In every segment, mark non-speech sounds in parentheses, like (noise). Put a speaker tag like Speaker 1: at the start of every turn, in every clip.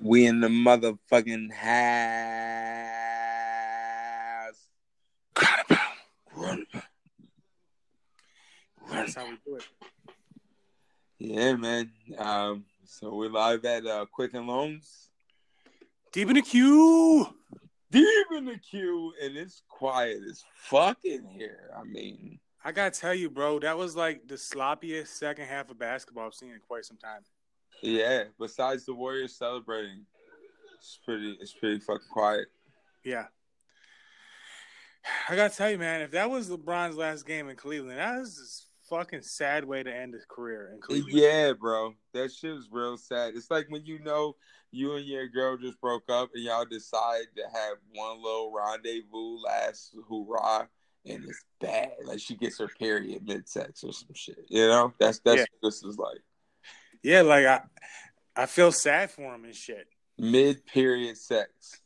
Speaker 1: We in the motherfucking house. Run about, run about, run
Speaker 2: That's how we do it.
Speaker 1: Yeah, man. Um, so we're live at uh, Quicken Loans,
Speaker 2: Deep in the queue.
Speaker 1: deep in the queue, and it's quiet as fuck in here. I mean,
Speaker 2: I gotta tell you, bro, that was like the sloppiest second half of basketball I've seen in quite some time.
Speaker 1: yeah. Besides the Warriors celebrating, it's pretty. It's pretty fucking quiet.
Speaker 2: Yeah. (sighs) I gotta tell you, man, if that was LeBron's last game in Cleveland, that is just fucking sad way to end his career in Cleveland.
Speaker 1: Yeah, bro. That shit is real sad. It's like when you know you and your girl just broke up and y'all decide to have one little rendezvous last hoorah and it's bad. Like she gets her period mid sex or some shit. You know? That's that's what this is like.
Speaker 2: Yeah, like I I feel sad for him and shit.
Speaker 1: Mid period sex.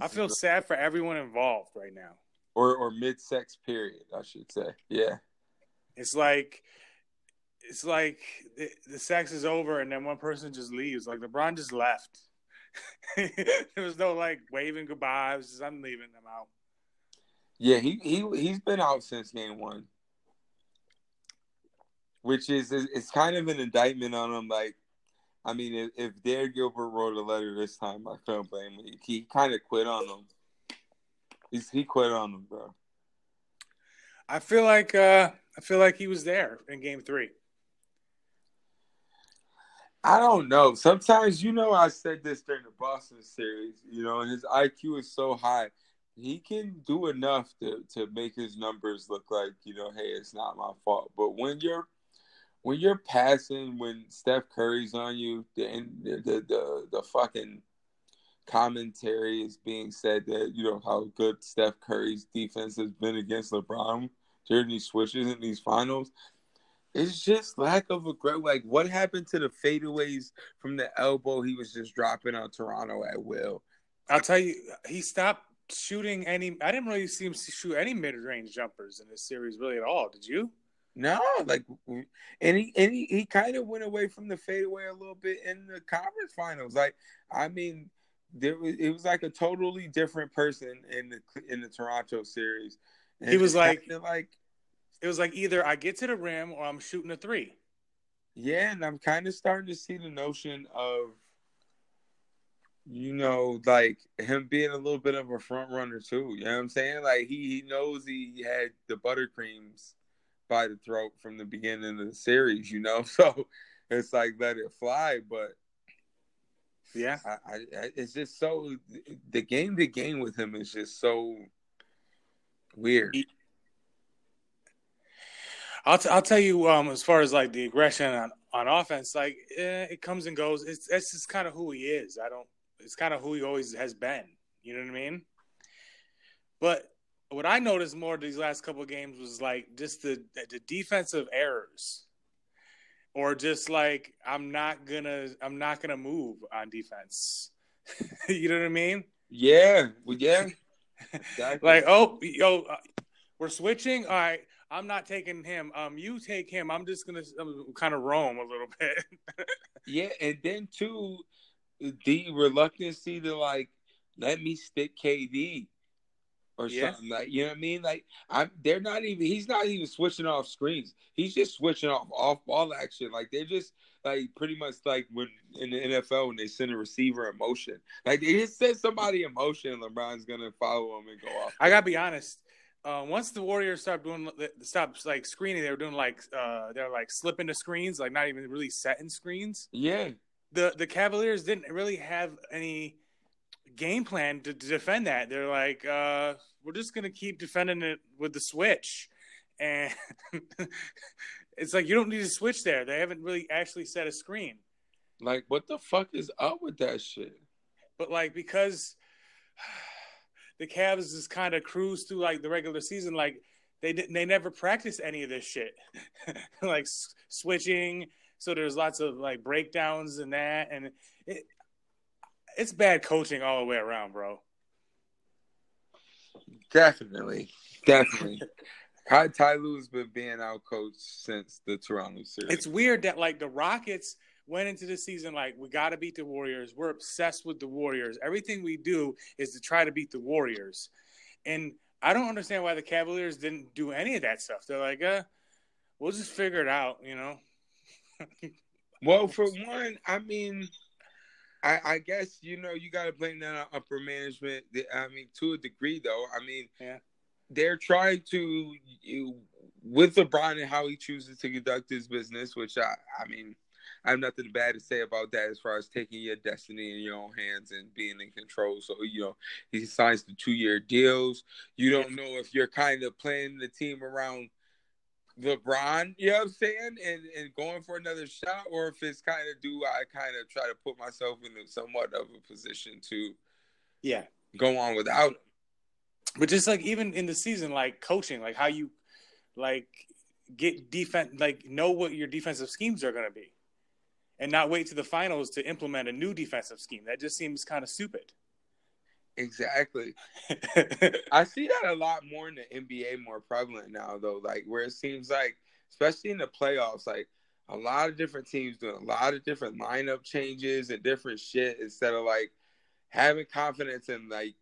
Speaker 2: I feel sad for everyone involved right now.
Speaker 1: or or mid sex period, I should say. Yeah.
Speaker 2: It's like it's like the, the sex is over and then one person just leaves. Like LeBron just left. (laughs) there was no like waving goodbye. It was just I'm leaving. I'm out.
Speaker 1: Yeah, he he he's been out since game one, which is is- it's kind of an indictment on him. Like, I mean, if, if Dare Gilbert wrote a letter this time, I couldn't blame him. He, he kind of quit on him. He's, he quit on him, bro.
Speaker 2: I feel like uh I feel like he was there in game three.
Speaker 1: I don't know. Sometimes, you know, I said this during the Boston series. You know, his IQ is so high. He can do enough to, to make his numbers look like you know, hey, it's not my fault. But when you're when you're passing, when Steph Curry's on you, the the the, the, the fucking commentary is being said that you know how good Steph Curry's defense has been against LeBron during these switches in these finals. It's just lack of regret. Like, what happened to the fadeaways from the elbow he was just dropping on Toronto at will?
Speaker 2: I'll tell you, he stopped shooting any. I didn't really see him shoot any mid-range jumpers in this series really at all. Did you?
Speaker 1: No, like, and he and he, he kind of went away from the fadeaway a little bit in the conference finals. Like, I mean, there was it was like a totally different person in the in the Toronto series.
Speaker 2: He was
Speaker 1: it
Speaker 2: like-
Speaker 1: kinda like,
Speaker 2: It was like either I get to the rim or I'm shooting a three.
Speaker 1: Yeah, and I'm kind of starting to see the notion of, you know, like him being a little bit of a front runner too. You know what I'm saying? Like he he knows he had the buttercreams by the throat from the beginning of the series. You know, (laughs) so it's like let it fly. But
Speaker 2: Yeah,
Speaker 1: I, I, I it's just so the game to game with him is just so weird.
Speaker 2: I'll t- I'll tell you. Um, as far as like the aggression on on offense, like eh, it comes and goes. It's that's just kind of who he is. I don't. It's kind of who he always has been. You know what I mean? But what I noticed more these last couple of games was like just the the defensive errors, or just like I'm not gonna I'm not gonna move on defense. (laughs) you know what I mean?
Speaker 1: Yeah, well, yeah. (laughs) Exactly.
Speaker 2: Like oh yo, uh, we're switching. All right. I'm not taking him. Um, you take him. I'm just gonna kind of roam a little (laughs) bit.
Speaker 1: Yeah, and then too, the reluctancy to like let me stick KD or
Speaker 2: Yeah.
Speaker 1: something like you know what I mean. Like I'm, they're not even. He's not even switching off screens. He's just switching off off ball action. Like they're just like pretty much like when in the NFL when they send a receiver in motion. Like they just send somebody in motion. LeBron's gonna follow him and go off.
Speaker 2: I gotta be honest. Uh, once the Warriors stopped doing stopped like screening, they were doing like uh, they're like slipping the screens, like not even really setting screens.
Speaker 1: Yeah,
Speaker 2: The the Cavaliers didn't really have any game plan to, to defend that. They're like, uh, we're just gonna keep defending it with the switch, and (laughs) it's like you don't need to switch there. They haven't really actually set a screen.
Speaker 1: like what the fuck is up with that shit?
Speaker 2: but like because (sighs) the Cavs just kind of cruise through like the regular season, like they didn't, they never practice any of this shit, (laughs) like s- switching. So there's lots of like breakdowns and that, and it it's bad coaching all the way around, bro.
Speaker 1: Definitely, definitely. (laughs) Ty Ty Lue's been being out coached since the Toronto series.
Speaker 2: It's weird that like the Rockets went into the season like we got to beat the Warriors. We're obsessed with the Warriors. Everything we do is to try to beat the Warriors. And I don't understand why the Cavaliers didn't do any of that stuff. They're like, uh, we'll just figure it out, you know. (laughs)
Speaker 1: well, for one, I mean, I, I guess you know you got to blame that on upper management. I mean, to a degree, though. I mean,
Speaker 2: Yeah.
Speaker 1: they're trying to you, with LeBron and how he chooses to conduct his business, which I, I mean, I have nothing bad to say about that as far as taking your destiny in your own hands and being in control. So you know, he signs the two-year deals. You don't know if you're kind of playing the team around LeBron, you know what I'm saying, and and going for another shot, or if it's kind of do I kind of try to put myself in a somewhat of a position to
Speaker 2: Yeah.
Speaker 1: go on without him.
Speaker 2: But just like even in the season, like coaching, like how you like get defense, like know what your defensive schemes are going to be, and not wait to the finals to implement a new defensive scheme. That just seems kind of stupid. (laughs)
Speaker 1: Exactly. I see that a lot more in the NBA, more prevalent now though. Like where it seems like, especially in the playoffs, like a lot of different teams doing a lot of different lineup changes and different shit instead of like having confidence in like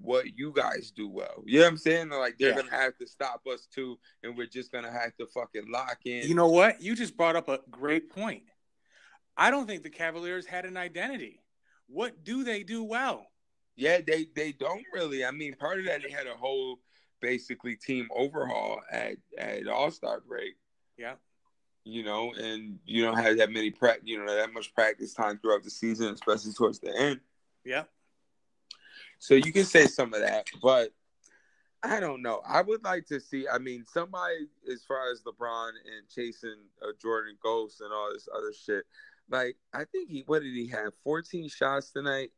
Speaker 1: what you guys do well. You know what I'm saying? Like they're
Speaker 2: Yeah.
Speaker 1: gonna have to stop us too, and we're just gonna have to fucking lock in.
Speaker 2: You know what? You just brought up a great point. I don't think the Cavaliers had an identity. What do they do well?
Speaker 1: Yeah, they they don't really. I mean, part of that they had a whole basically team overhaul at at All Star break.
Speaker 2: Yeah.
Speaker 1: You know, and you don't have that many prac, you know, that much practice time throughout the season, especially towards the end.
Speaker 2: Yeah.
Speaker 1: So you can say some of that, but I don't know. I would like to see. I mean, somebody as far as LeBron and chasing uh, Jordan Ghost and all this other shit. Like, I think he. What did he have? Fourteen shots tonight.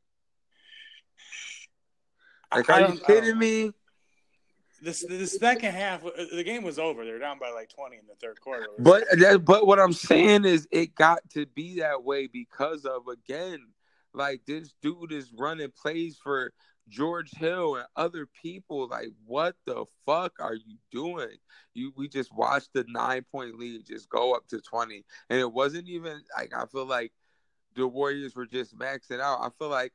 Speaker 1: Like,
Speaker 2: I- I
Speaker 1: are you
Speaker 2: don't- I
Speaker 1: kidding
Speaker 2: don't-
Speaker 1: me?
Speaker 2: This the second half, uh, the game was over. They're down by like twenty in the third quarter.
Speaker 1: But that, but what I'm saying is, it got to be that way because of again, like this dude is running plays for George Hill and other people. Like, what the fuck are you doing? You we just watched the nine point lead just go up to twenty, and it wasn't even like I feel like the Warriors were just maxing out. I feel like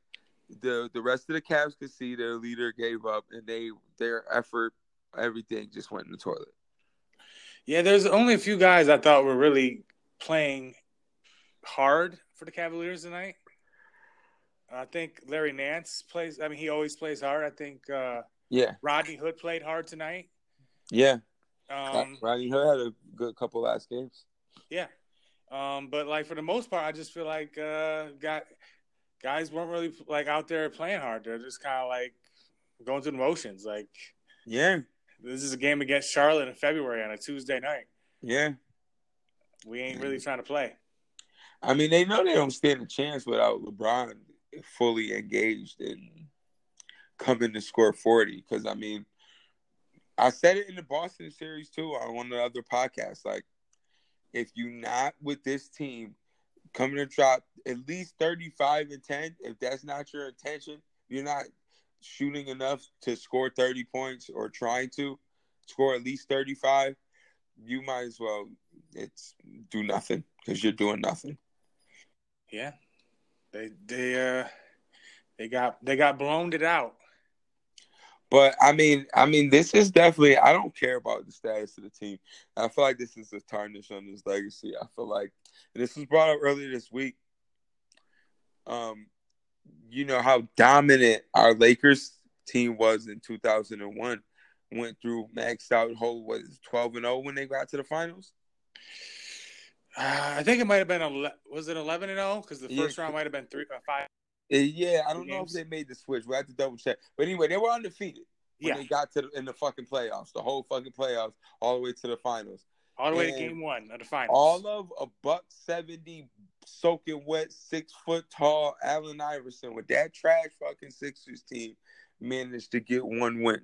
Speaker 1: the the rest of the Cavs could see their leader gave up, and they their effort, everything just went in the toilet.
Speaker 2: yeah, there's only a few guys I thought were really playing hard for the Cavaliers tonight. I think Larry Nance plays. I mean, he always plays hard. I think uh,
Speaker 1: Yeah,
Speaker 2: Rodney Hood played hard tonight.
Speaker 1: yeah.
Speaker 2: Um,
Speaker 1: Rodney Hood had a good couple last games.
Speaker 2: Yeah. Um, but like for the most part, I just feel like uh, got guys weren't really like out there playing hard. They're just kind of like going through the motions. Like
Speaker 1: Yeah,
Speaker 2: this is a game against Charlotte in February on a Tuesday night.
Speaker 1: yeah.
Speaker 2: We ain't really
Speaker 1: Mm-hmm.
Speaker 2: trying to play.
Speaker 1: I mean, they know they don't stand a chance without LeBron fully engaged and coming to score forty. Because I mean, I said it in the Boston series too on one of the other podcasts. Like, if you're not with this team coming to drop at least thirty-five and ten, if that's not your intention, you're not shooting enough to score thirty points or trying to score at least thirty-five. you might as well it's do nothing because you're doing nothing.
Speaker 2: Yeah. They they uh they got they got blown it out.
Speaker 1: But I mean, I mean, this is definitely. I don't care about the status of the team. I feel like this is a tarnish on his legacy. I feel like and this was brought up earlier this week. Um, you know how dominant our Lakers team was in 2001. Went through maxed out whole was 12 and 0 when they got to the finals.
Speaker 2: Uh, I think it might have been ele- was it eleven and zero because the
Speaker 1: Yeah.
Speaker 2: first round might have been three uh, five.
Speaker 1: Uh, Yeah, I don't know if
Speaker 2: Games.
Speaker 1: they made the switch. We have to double check. But anyway, they were undefeated. when
Speaker 2: Yeah,
Speaker 1: they got to the, in the fucking playoffs, the whole fucking playoffs, all the way to the finals.
Speaker 2: all the way to
Speaker 1: and
Speaker 2: game one of the finals.
Speaker 1: All of a buck seventy, soaking wet, six foot tall Allen Iverson with that trash fucking Sixers team managed to get one win.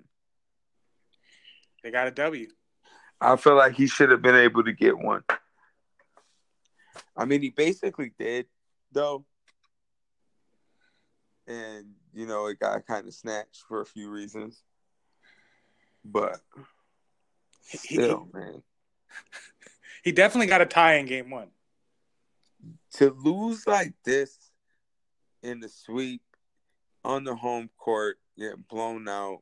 Speaker 2: they got a W.
Speaker 1: I feel like he should have been able to get one. I mean, he basically did, though. And, you know, it got kind of snatched for a few reasons. But
Speaker 2: He, he,
Speaker 1: still, man.
Speaker 2: he definitely got a tie in game one.
Speaker 1: to lose like this in the sweep on the home court, getting blown out,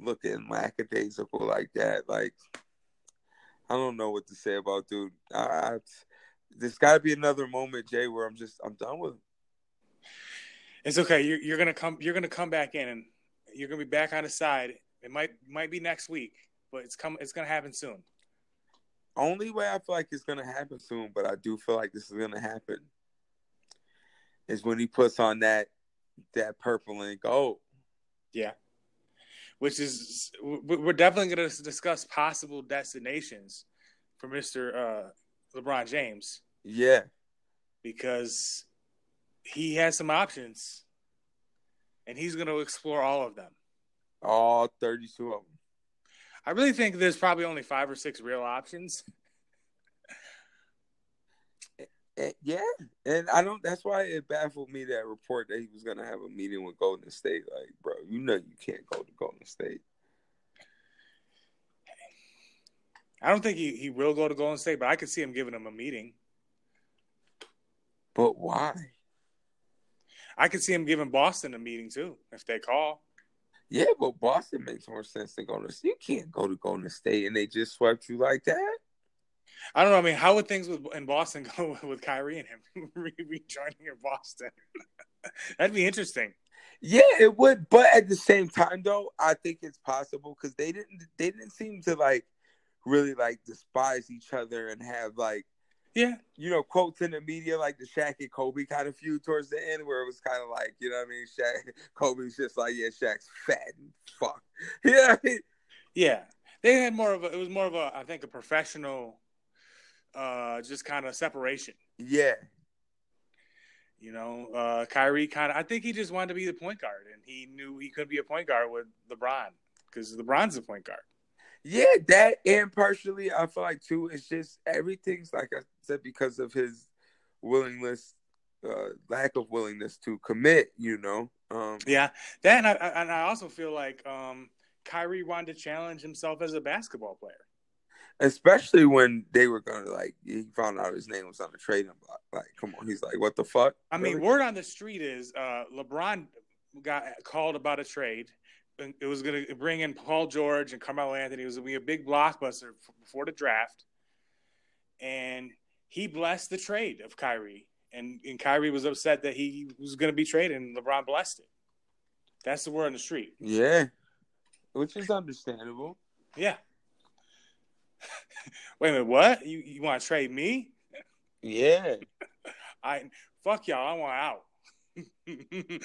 Speaker 1: looking lackadaisical like that, like I don't know what to say about dude. I, I, there's got to be another moment, Jay, where I'm just I'm done with. Him.
Speaker 2: It's okay. You're, you're gonna come. You're gonna come back in, and you're gonna be back on his side. It might might be next week, but it's come. It's gonna happen soon.
Speaker 1: Only way I feel like it's gonna happen soon, but I do feel like this is gonna happen, is when he puts on that that purple and gold.
Speaker 2: Yeah which is we're definitely going to discuss possible destinations for Mr. Uh, LeBron James.
Speaker 1: Yeah,
Speaker 2: because he has some options, and he's going to explore all of them.
Speaker 1: All thirty-two of them.
Speaker 2: I really think there's probably only five or six real options.
Speaker 1: yeah, and I don't. That's why it baffled me that report that he was gonna have a meeting with Golden State. Like, bro, you know you can't go to Golden State.
Speaker 2: I don't think he, he will go to Golden State, but I could see him giving him a meeting.
Speaker 1: But why?
Speaker 2: I could see him giving Boston a meeting too if they call.
Speaker 1: Yeah, but Boston makes more sense than Golden State. You can't go to Golden State and they just swept you like that.
Speaker 2: I don't know. I mean, how would things with, in Boston (laughs) go with Kyrie and him (laughs) rejoining your Boston? (laughs) That'd be interesting.
Speaker 1: Yeah, it would. But at the same time, though, I think it's possible because they didn't they didn't seem to like really like despise each other and have like
Speaker 2: yeah
Speaker 1: you know quotes in the media like the Shaq and Kobe kind of feud towards the end where it was kind of like you know what I mean Shaq (laughs) Kobe's just like yeah Shaq's fat and fuck (laughs) you know I mean?
Speaker 2: yeah they had more of a it was more of a I think a professional uh, just kind of separation.
Speaker 1: Yeah.
Speaker 2: You know, uh, Kyrie kind of, I think he just wanted to be the point guard and he knew he could be a point guard with LeBron because LeBron's the point guard.
Speaker 1: Yeah, that and partially, I feel like too, it's just everything's like I said because of his willingness, uh, lack of willingness to commit, you know. Um,
Speaker 2: yeah, that and I, and I also feel like um, Kyrie wanted to challenge himself as a basketball player
Speaker 1: especially when they were gonna like he found out his name was on the trading block. Like, come on, he's like, what the fuck?
Speaker 2: I mean, word on the street is uh, LeBron got called about a trade. It was gonna bring in Paul George and Carmelo Anthony. It was gonna be a big blockbuster before the draft, and he blessed the trade of Kyrie. And and Kyrie was upset that he was gonna be traded, and LeBron blessed it. That's the word on the street.
Speaker 1: Yeah, which is understandable.
Speaker 2: Yeah. (laughs) Wait a minute, what? You you want to trade me?
Speaker 1: Yeah.
Speaker 2: I fuck y'all. I want out. (laughs)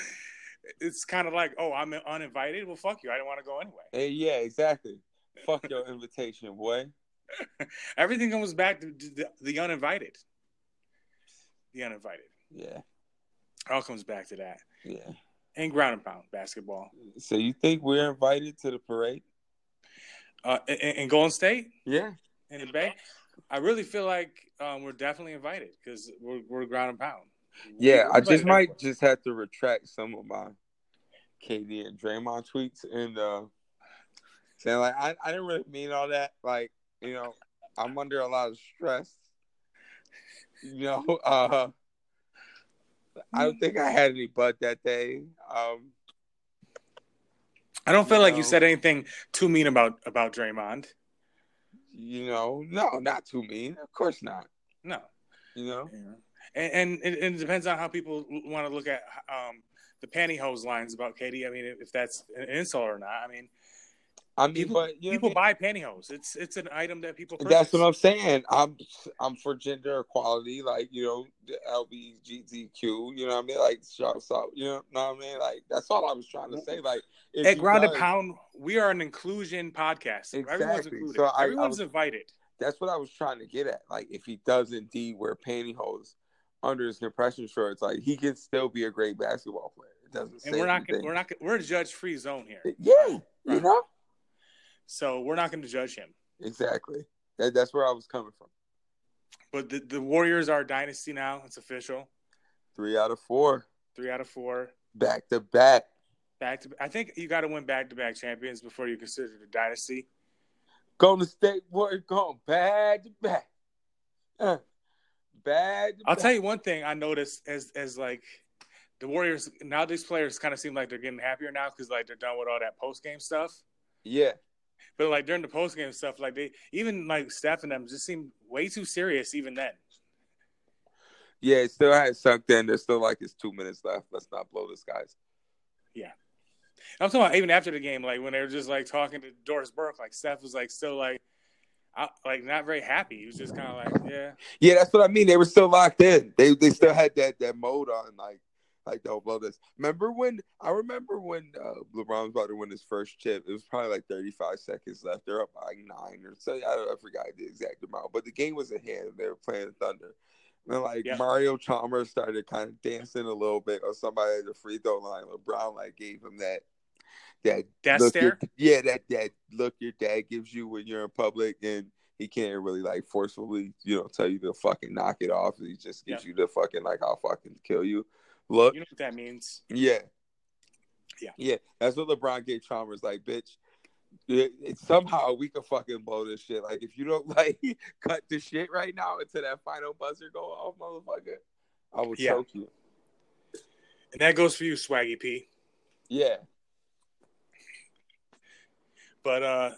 Speaker 2: it's kind of like, oh, I'm uninvited. Well, fuck you. I didn't want to go anyway.
Speaker 1: Hey, yeah, exactly. fuck your invitation, boy.
Speaker 2: Everything comes back to the, the uninvited. The uninvited.
Speaker 1: Yeah.
Speaker 2: All comes back to that.
Speaker 1: Yeah.
Speaker 2: And ground and pound basketball.
Speaker 1: So you think we're invited to the parade?
Speaker 2: uh, in, in, Golden State.
Speaker 1: Yeah,
Speaker 2: in the Bay. I really feel like um, we're definitely invited because we're we're ground and pound.
Speaker 1: Yeah, I just might everywhere. just have to retract some of my KD and Draymond tweets and uh, saying like I, I didn't really mean all that. Like you know, I'm under a lot of stress. You know, (laughs) uh, I don't think I had any butt that day. Um,
Speaker 2: I don't feel you like know, you said anything too mean about about Draymond.
Speaker 1: You know, no, not too mean. Of course not.
Speaker 2: No.
Speaker 1: You know,
Speaker 2: yeah. and, and, and it depends on how people want to look at um, the pantyhose lines about Katie. I mean, if that's an insult or not. I mean,
Speaker 1: I mean,
Speaker 2: people,
Speaker 1: but
Speaker 2: people I mean? buy pantyhose. It's it's an item that people.
Speaker 1: Purchase. That's what I'm saying. I'm I'm for gender equality, like you know, the LBGTQ. You know what I mean? Like, shouts out. You know, know what I mean? Like, that's all I was trying to say. Like,
Speaker 2: at Ground and Pound, we are an inclusion podcast. Exactly. Everyone's included. So I, Everyone's I was, invited.
Speaker 1: That's what I was trying to get at. Like, if he does indeed wear pantyhose under his compression shorts, like he can still be a great basketball player. It doesn't.
Speaker 2: And we're not, we're not. We're not. We're a judge-free zone here.
Speaker 1: Yeah. Right. You know.
Speaker 2: So we're not going to judge him.
Speaker 1: Exactly. That, that's where I was coming from.
Speaker 2: But the, the Warriors are a dynasty now. It's official.
Speaker 1: Three out of four.
Speaker 2: Three out of four.
Speaker 1: Back to back.
Speaker 2: Back to. I think you got to win back to back champions before you consider the dynasty.
Speaker 1: Golden State Warriors going back to back. Uh, bad.
Speaker 2: I'll tell you one thing I noticed as as like the Warriors now these players kind of seem like they're getting happier now because like they're done with all that post game stuff.
Speaker 1: Yeah.
Speaker 2: But like during the post game stuff, like they even like Steph and them just seemed way too serious even then.
Speaker 1: Yeah, it still hasn't sunk in. There's still like it's two minutes left. Let's not blow this, guys.
Speaker 2: I'm talking about even after the game, like when they were just like talking to Doris Burke, like Steph was like still like, out, like not very happy. He was just kind of like, yeah,
Speaker 1: Yeah, that's what I mean. They were still locked in. They they still had that that mode on, like like don't blow this. Remember when I remember when uh, LeBron was about to win his first chip. It was probably like 35 seconds left. They're up by like nine or so. I, I forgot the exact amount, but the game was at hand. They were playing Thunder. And like
Speaker 2: Yeah.
Speaker 1: Mario Chalmers started kind of dancing a little bit, or somebody at the free throw line. LeBron like gave him that that
Speaker 2: that
Speaker 1: look
Speaker 2: stare.
Speaker 1: Your, yeah, that that look your dad gives you when you're in public and he can't really like forcefully, you know, tell you to fucking knock it off. He just gives you the fucking like I'll fucking kill you. Look.
Speaker 2: You know what that means?
Speaker 1: yeah.
Speaker 2: Yeah.
Speaker 1: Yeah. That's what LeBron gave Chalmers like, bitch. It, it- somehow we can fucking blow this shit. Like if you don't (laughs) like cut the shit right now until that final buzzer go off, motherfucker, I will
Speaker 2: Yeah.
Speaker 1: choke you.
Speaker 2: And that goes for you, Swaggy P.
Speaker 1: Yeah.
Speaker 2: But uh,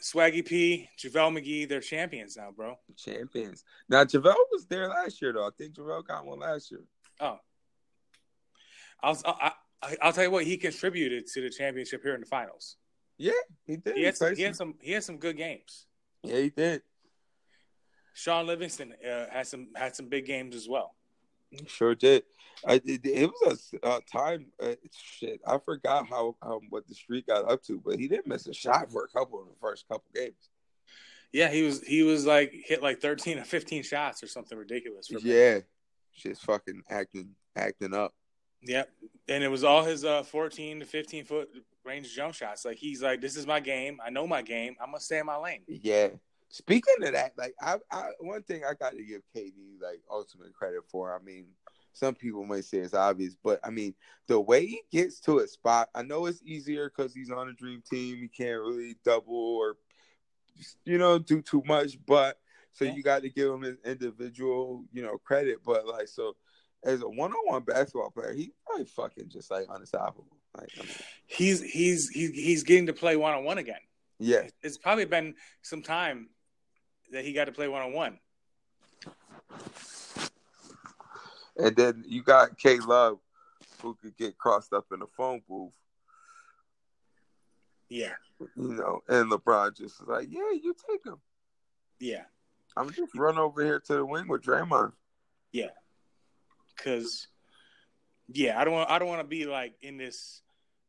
Speaker 2: Swaggy P, JaVale McGee, they're champions now, bro.
Speaker 1: Champions. Now JaVale was there last year though. I think JaVale got one last year.
Speaker 2: I'll I, I, I'll tell you what he contributed to the championship here in the finals.
Speaker 1: He did.
Speaker 2: He had some,
Speaker 1: played
Speaker 2: he had some he had some good games.
Speaker 1: Yeah, he did.
Speaker 2: Sean Livingston uh, had some had some big games as well.
Speaker 1: He sure did. I, it, it was a, uh time. Uh, shit, I forgot how um, what the streak got up to, but he didn't miss a shot for a couple of the first couple games.
Speaker 2: Yeah, he was he was like hit like thirteen or fifteen shots or something ridiculous. For me.
Speaker 1: Yeah, shit's fucking acting acting up.
Speaker 2: Yep. And it was all his uh, 14 to 15 foot range jump shots. Like he's like, this is my game. I know my game. I'm going to stay in my lane.
Speaker 1: Yeah. Speaking of that, like I, I one thing I got to give KD like ultimate credit for. I mean, some people may say it's obvious, but I mean the way he gets to a spot. I know it's easier because he's on a dream team. He can't really double or you know do too much, but so
Speaker 2: Yeah.
Speaker 1: you got to give him his individual you know credit. But like so, as a one on one basketball player, he probably fucking just like unstoppable. Like I mean,
Speaker 2: He's he's he's, he's getting to play one on one again.
Speaker 1: yeah,
Speaker 2: It's probably been some time that he got to play one on one.
Speaker 1: and then you got K Love who could get crossed up in the phone booth.
Speaker 2: Yeah.
Speaker 1: you know, and LeBron just was like, "Yeah, you take him.
Speaker 2: Yeah.
Speaker 1: I'm just run over here to the wing with Draymond."
Speaker 2: Cause yeah, I don't want I don't want to be like in this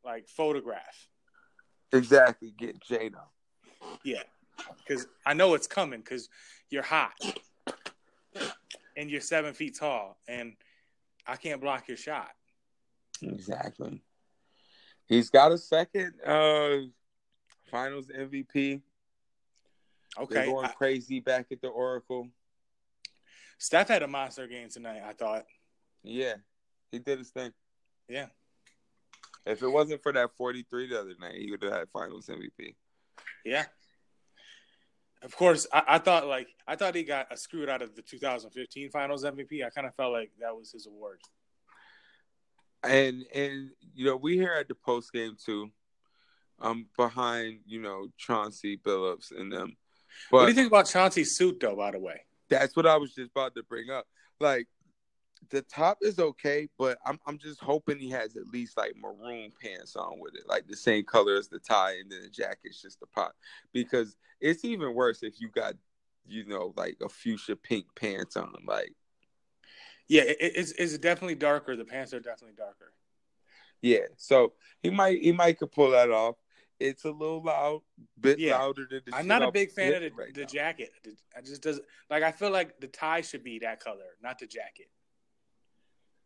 Speaker 2: like photograph.
Speaker 1: Exactly, get Jano.
Speaker 2: Yeah. Cause I know it's coming because you're hot and you're seven feet tall and I can't block your shot.
Speaker 1: Exactly. He's got a second uh Finals MVP. They're
Speaker 2: Okay.
Speaker 1: going
Speaker 2: I-
Speaker 1: crazy back at the Oracle.
Speaker 2: Steph had a monster game tonight. I thought.
Speaker 1: Yeah, he did his thing.
Speaker 2: Yeah.
Speaker 1: If it wasn't for that 43 the other night, he would have had Finals MVP.
Speaker 2: Yeah. Of course, I, I thought like I thought he got screwed out of the 2015 Finals MVP. I kind of felt like that was his award.
Speaker 1: and and you know we here at the post game too. I'm behind you know Chauncey Billups and them,
Speaker 2: what
Speaker 1: but
Speaker 2: do you think about Chauncey's suit, though? By the way,
Speaker 1: that's what I was just about to bring up. Like the top is okay, but I'm I'm just hoping he has at least like maroon pants on with it, like the same color as the tie, and then the jacket's just a pot. Because it's even worse if you got you know like a fuchsia pink pants on, like.
Speaker 2: yeah, it, it's it's definitely darker. The pants are definitely darker.
Speaker 1: Yeah, so he might he might could pull that off. It's a little loud, bit
Speaker 2: Yeah.
Speaker 1: louder than the.
Speaker 2: I'm
Speaker 1: shit
Speaker 2: not a
Speaker 1: I'm
Speaker 2: big fan of the,
Speaker 1: getting right
Speaker 2: the
Speaker 1: now.
Speaker 2: jacket. I just doesn't like. I feel like the tie should be that color, not the jacket.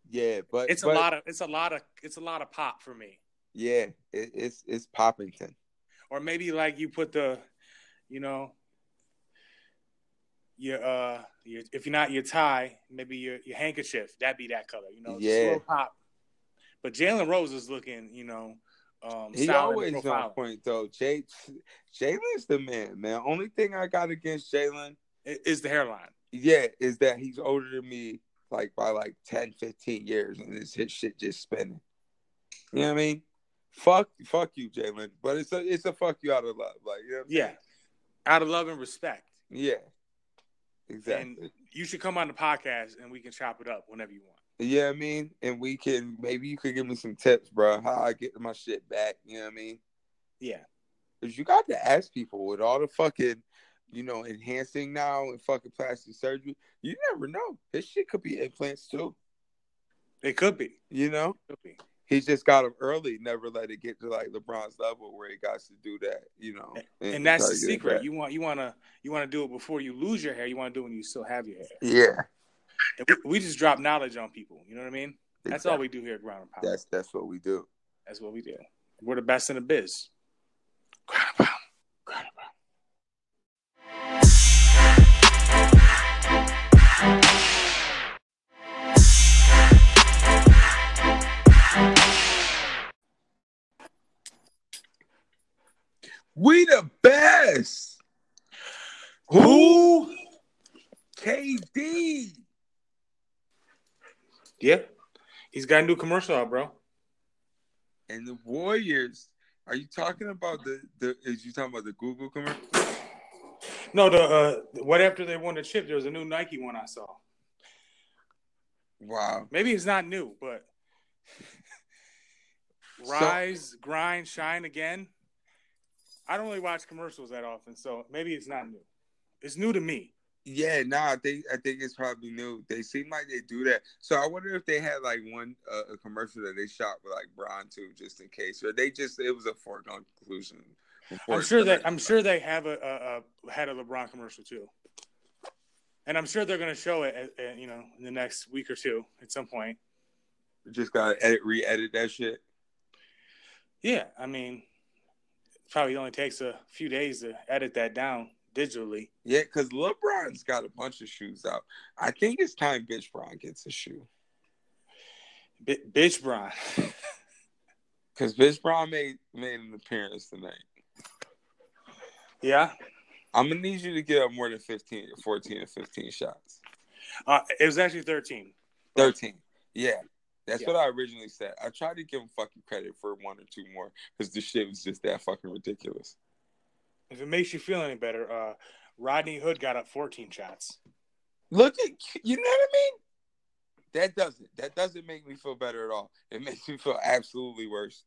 Speaker 1: Yeah, but
Speaker 2: It's
Speaker 1: but-
Speaker 2: a lot of it's a lot of it's a lot of pop for me.
Speaker 1: Yeah, it, it's it's Poppington.
Speaker 2: or maybe like you put the, you know, your uh, your if you're not your tie, maybe your your handkerchief that'd be that color, you know, just a
Speaker 1: Yeah.
Speaker 2: little pop. But Jalen Rose is looking, you know, um,
Speaker 1: He
Speaker 2: solid
Speaker 1: always uh,
Speaker 2: and
Speaker 1: on
Speaker 2: profiling.
Speaker 1: point though. Jay, Jalen's the man, man. Only thing I got against Jalen
Speaker 2: I- is the hairline.
Speaker 1: yeah, is that he's older than me like by like 10, 15 years, and this his shit just spinning. You know what I mean? Fuck, fuck you, Jalen. But it's a it's a fuck you out of love, like you know. What I'm
Speaker 2: Yeah. Out of love and respect.
Speaker 1: saying? Yeah. Exactly.
Speaker 2: You should come on the podcast and we can chop it up whenever you want.
Speaker 1: you know what I mean? And we can maybe you could give me some tips, bro, how I get my shit back. You know what I mean?
Speaker 2: Yeah.
Speaker 1: Cause you got to ask people with all the fucking, you know, enhancing now and fucking plastic surgery. You never know. His shit could be implants too.
Speaker 2: It could be.
Speaker 1: You know,
Speaker 2: Could be.
Speaker 1: he just got them early. Never let it get to like LeBron's level where he got to do that. You know,
Speaker 2: And that's
Speaker 1: try
Speaker 2: the
Speaker 1: to get it
Speaker 2: secret.
Speaker 1: back.
Speaker 2: You want you want to you want to do it before you lose your hair. You want to do it when you still have your hair.
Speaker 1: yeah,
Speaker 2: And we- we just drop knowledge on people. You know what I mean? That's all we do here at Ground and Pound.
Speaker 1: That's that's what we do.
Speaker 2: That's what we do. We're the best in the biz. Ground and Pound. Ground and Pound.
Speaker 1: We the best.
Speaker 2: Who?
Speaker 1: KD.
Speaker 2: Yeah. He's got a new commercial out, bro.
Speaker 1: and the Warriors. Are you talking about the the? Is you talking about the Google commercial?
Speaker 2: No, the uh, what after they won the chip, there was a new Nike one I saw.
Speaker 1: Wow.
Speaker 2: Maybe it's not new, but
Speaker 1: (laughs) So-
Speaker 2: rise, grind, shine again. I don't really watch commercials that often, so maybe it's not new. It's new to me.
Speaker 1: Yeah, no, I think I think it's probably new. They seem like they do that. So I wonder if they had like one uh, a commercial that they shot with like Bron too, just in case, or they just it was a foregone conclusion. before
Speaker 2: I'm
Speaker 1: it
Speaker 2: sure that
Speaker 1: started.
Speaker 2: I'm sure they have a, a, a had a LeBron commercial too, and I'm sure they're going to show it, at, at, you know, in the next week or two at some point.
Speaker 1: just gotta edit, re-edit that shit.
Speaker 2: Yeah, I mean, probably only takes a few days to edit that down digitally.
Speaker 1: Yeah, because LeBron's got a bunch of shoes out. I think it's time bitch Bron gets a shoe.
Speaker 2: B- bitch, Bron.
Speaker 1: Because bitch Bron made made an appearance tonight.
Speaker 2: (laughs) yeah,
Speaker 1: I'm gonna need you to get up more than 15, 14 or 15 shots.
Speaker 2: uh, it was actually 13.
Speaker 1: 13. Yeah. That's
Speaker 2: Yeah.
Speaker 1: what I originally said. I tried to give him fucking credit for one or two more because the shit was just that fucking ridiculous.
Speaker 2: If it makes you feel any better, uh, Rodney Hood got up 14 shots.
Speaker 1: Look at you know what I mean? That doesn't. That doesn't make me feel better at all. It makes me feel absolutely worse.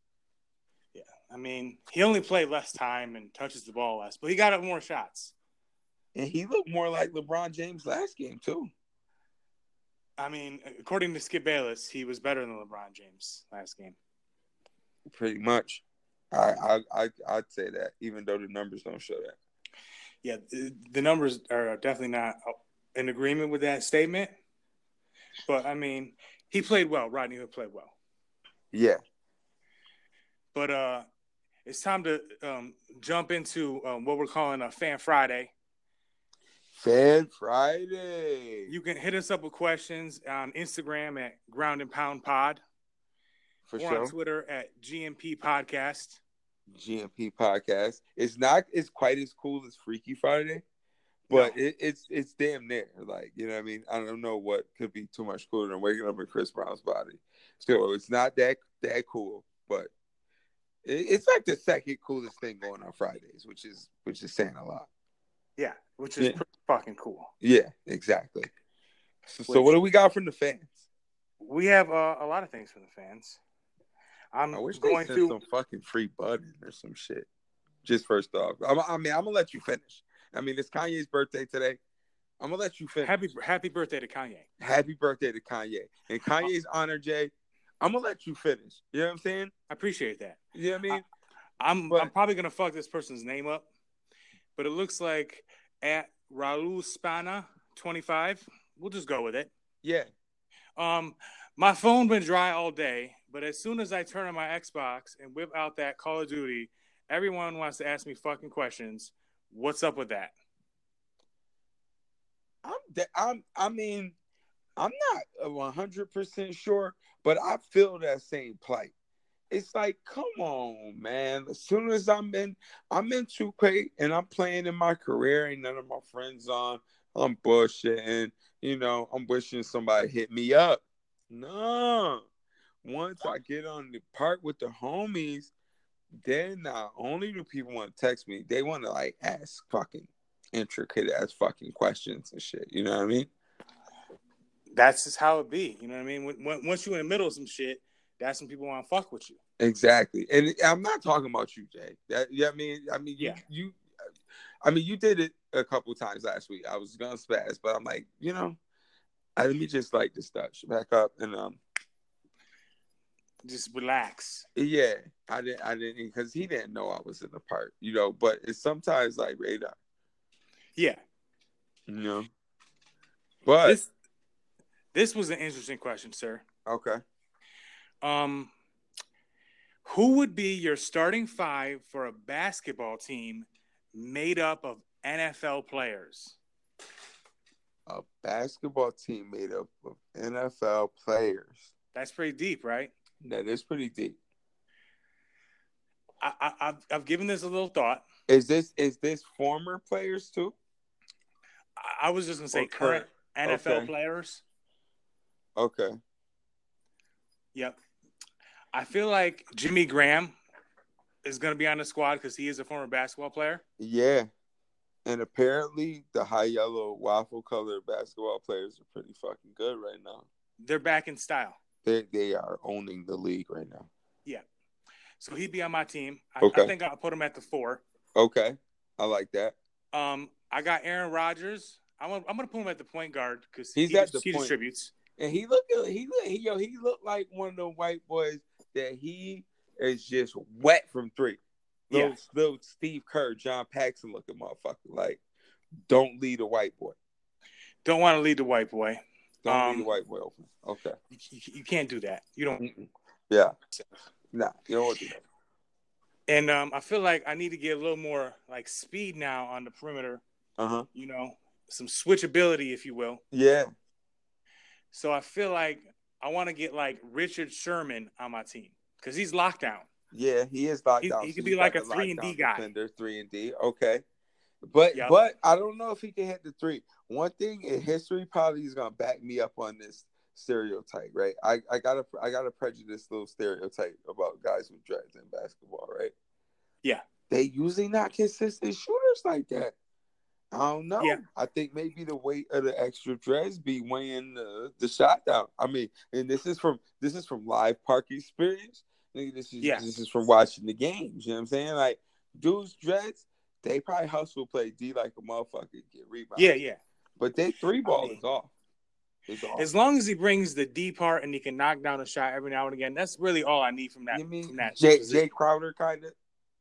Speaker 2: I mean, he only played less time and touches the ball less, but he got up more shots.
Speaker 1: And he looked more like LeBron James last game too.
Speaker 2: I mean, according to Skip Bayless, he was better than LeBron James last game.
Speaker 1: Pretty much. I I I I'd say that, even though the numbers don't show that.
Speaker 2: Yeah, the, the numbers are definitely not in agreement with that statement. But I mean, he played well. Rodney Hood played well.
Speaker 1: Yeah.
Speaker 2: But uh, it's time to um, jump into um, what we're calling a Fan Friday.
Speaker 1: Fan Friday.
Speaker 2: You can hit us up with questions on Instagram at Ground and Pound Pod
Speaker 1: for
Speaker 2: or
Speaker 1: sure.
Speaker 2: on Twitter at GMP Podcast.
Speaker 1: GMP podcast. It's not it's quite as cool as Freaky Friday, but
Speaker 2: No.
Speaker 1: it, it's it's damn near. Like, you know what I mean? I don't know what could be too much cooler than waking up in Chris Brown's body. So it's not that that cool, but it, it's like the second coolest thing going on Fridays, which is which is saying a lot.
Speaker 2: Yeah, which is
Speaker 1: Yeah.
Speaker 2: pretty fucking cool.
Speaker 1: Yeah, exactly. So, so
Speaker 2: Which-
Speaker 1: what do we got from the fans?
Speaker 2: We have uh, a lot of things from the fans. I'm
Speaker 1: I wish they
Speaker 2: going
Speaker 1: sent
Speaker 2: through.
Speaker 1: some fucking free button or some shit. Just first off, I'm, I mean, I'm gonna let you finish. I mean, it's Kanye's birthday today. I'm gonna let you finish.
Speaker 2: Happy Happy birthday to Kanye.
Speaker 1: happy birthday to Kanye. And Kanye's honor, Jay, I'm gonna let you finish. You know what I'm saying?
Speaker 2: I appreciate that.
Speaker 1: You know what I mean?
Speaker 2: I'm
Speaker 1: But-
Speaker 2: I'm probably gonna fuck this person's name up, but it looks like at Raul Spana 25. We'll just go with it.
Speaker 1: yeah.
Speaker 2: Um, my phone been dry all day, but as soon as I turn on my Xbox and whip out that Call of Duty, everyone wants to ask me fucking questions. What's up with that?
Speaker 1: I'm de- I'm I mean, I'm not one hundred percent sure, but I feel that same plight. It's like, come on, man. As soon as I'm in I'm in 2K and I'm playing in my career, ain't none of my friends on. I'm bullshitting. You know, I'm wishing somebody hit me up. No. Once I get on the part with the homies, then not only do people want to text me, they want to like ask fucking intricate ass fucking questions and shit. You know what I mean?
Speaker 2: That's just how it be. You know what I mean? When, when, once you in the middle of some shit, that's when people want to fuck with you.
Speaker 1: Exactly. And I'm not talking about you, Jay. That yeah, I mean, I mean, you,
Speaker 2: Yeah.
Speaker 1: you, I mean, you did it a couple times last week. I was gonna spaz, but I'm like, you know, I, let me just like this stuff back up and um,
Speaker 2: Just relax.
Speaker 1: yeah, I didn't, I didn't, because he didn't know I was in the part, you know. But it's sometimes like radar,
Speaker 2: Yeah.
Speaker 1: you know. But
Speaker 2: This this was an interesting question, sir.
Speaker 1: okay,
Speaker 2: Um, who would be your starting five for a basketball team made up of NFL players?
Speaker 1: a basketball team made up of NFL players.
Speaker 2: That's pretty deep, right?
Speaker 1: That is pretty deep.
Speaker 2: I, I, I've, I've given this a little thought.
Speaker 1: Is this is this former players too?
Speaker 2: I, I was just gonna say
Speaker 1: Or
Speaker 2: current NFL
Speaker 1: Okay.
Speaker 2: players.
Speaker 1: Okay,
Speaker 2: Yep. I feel like Jimmy Graham is gonna be on the squad because he is a former basketball player.
Speaker 1: yeah. And apparently, the high yellow waffle color basketball players are pretty fucking good right now.
Speaker 2: They're back in style,
Speaker 1: They they are owning the league right now.
Speaker 2: so he'd be on my team. I, I
Speaker 1: Okay.
Speaker 2: think I'll put him at the four.
Speaker 1: Okay, I like that.
Speaker 2: Um, I got Aaron Rodgers. I'm gonna, I'm gonna put him at the point guard because
Speaker 1: He's
Speaker 2: he,
Speaker 1: at the
Speaker 2: he
Speaker 1: point.
Speaker 2: distributes.
Speaker 1: And he looked he look he, yo he looked like one of the white boys that he is just wet from three. Little,
Speaker 2: Yeah.
Speaker 1: little Steve Kerr, John Paxson looking motherfucker. Like, don't lead a white boy.
Speaker 2: Don't want to lead the white boy.
Speaker 1: Don't
Speaker 2: Um,
Speaker 1: lead a white boy open. Okay.
Speaker 2: You, you- you can't do that. You don't.
Speaker 1: Mm-mm. Yeah. Nah, you don't want to do that.
Speaker 2: And um, I feel like I need to get a little more like speed now on the perimeter.
Speaker 1: Uh huh.
Speaker 2: You know, some switchability, if you will.
Speaker 1: Yeah.
Speaker 2: So I feel like I want to get like Richard Sherman on my team because he's locked down.
Speaker 1: Yeah, he is locked
Speaker 2: He-
Speaker 1: down.
Speaker 2: he could
Speaker 1: so
Speaker 2: be
Speaker 1: you
Speaker 2: like
Speaker 1: got
Speaker 2: a
Speaker 1: the
Speaker 2: 3 and D
Speaker 1: lockdown
Speaker 2: guy.
Speaker 1: defender, three and D. Okay, but
Speaker 2: Yep.
Speaker 1: but I don't know if he can hit the three. One thing in history probably is gonna back me up on this stereotype, right? I, I got a I got a prejudiced little stereotype about guys with dreads in basketball, right?
Speaker 2: Yeah.
Speaker 1: they usually not consistent shooters like that. I don't know.
Speaker 2: Yeah.
Speaker 1: I think maybe the weight of the extra dreads be weighing the, the shot down. I mean, and this is from this is from live park experience. Nigga, this is
Speaker 2: Yeah.
Speaker 1: this is from watching the games. You know what I'm saying? Like dudes dreads, they probably hustle play D like a motherfucker, get rebounds.
Speaker 2: Yeah, yeah.
Speaker 1: But they three ball
Speaker 2: mean-
Speaker 1: is off. It's off.
Speaker 2: As long as he brings the D part and he can knock down a shot every now and again, that's really all I need from that.
Speaker 1: you mean
Speaker 2: from that
Speaker 1: Jay,
Speaker 2: position.
Speaker 1: Jay Crowder kind of?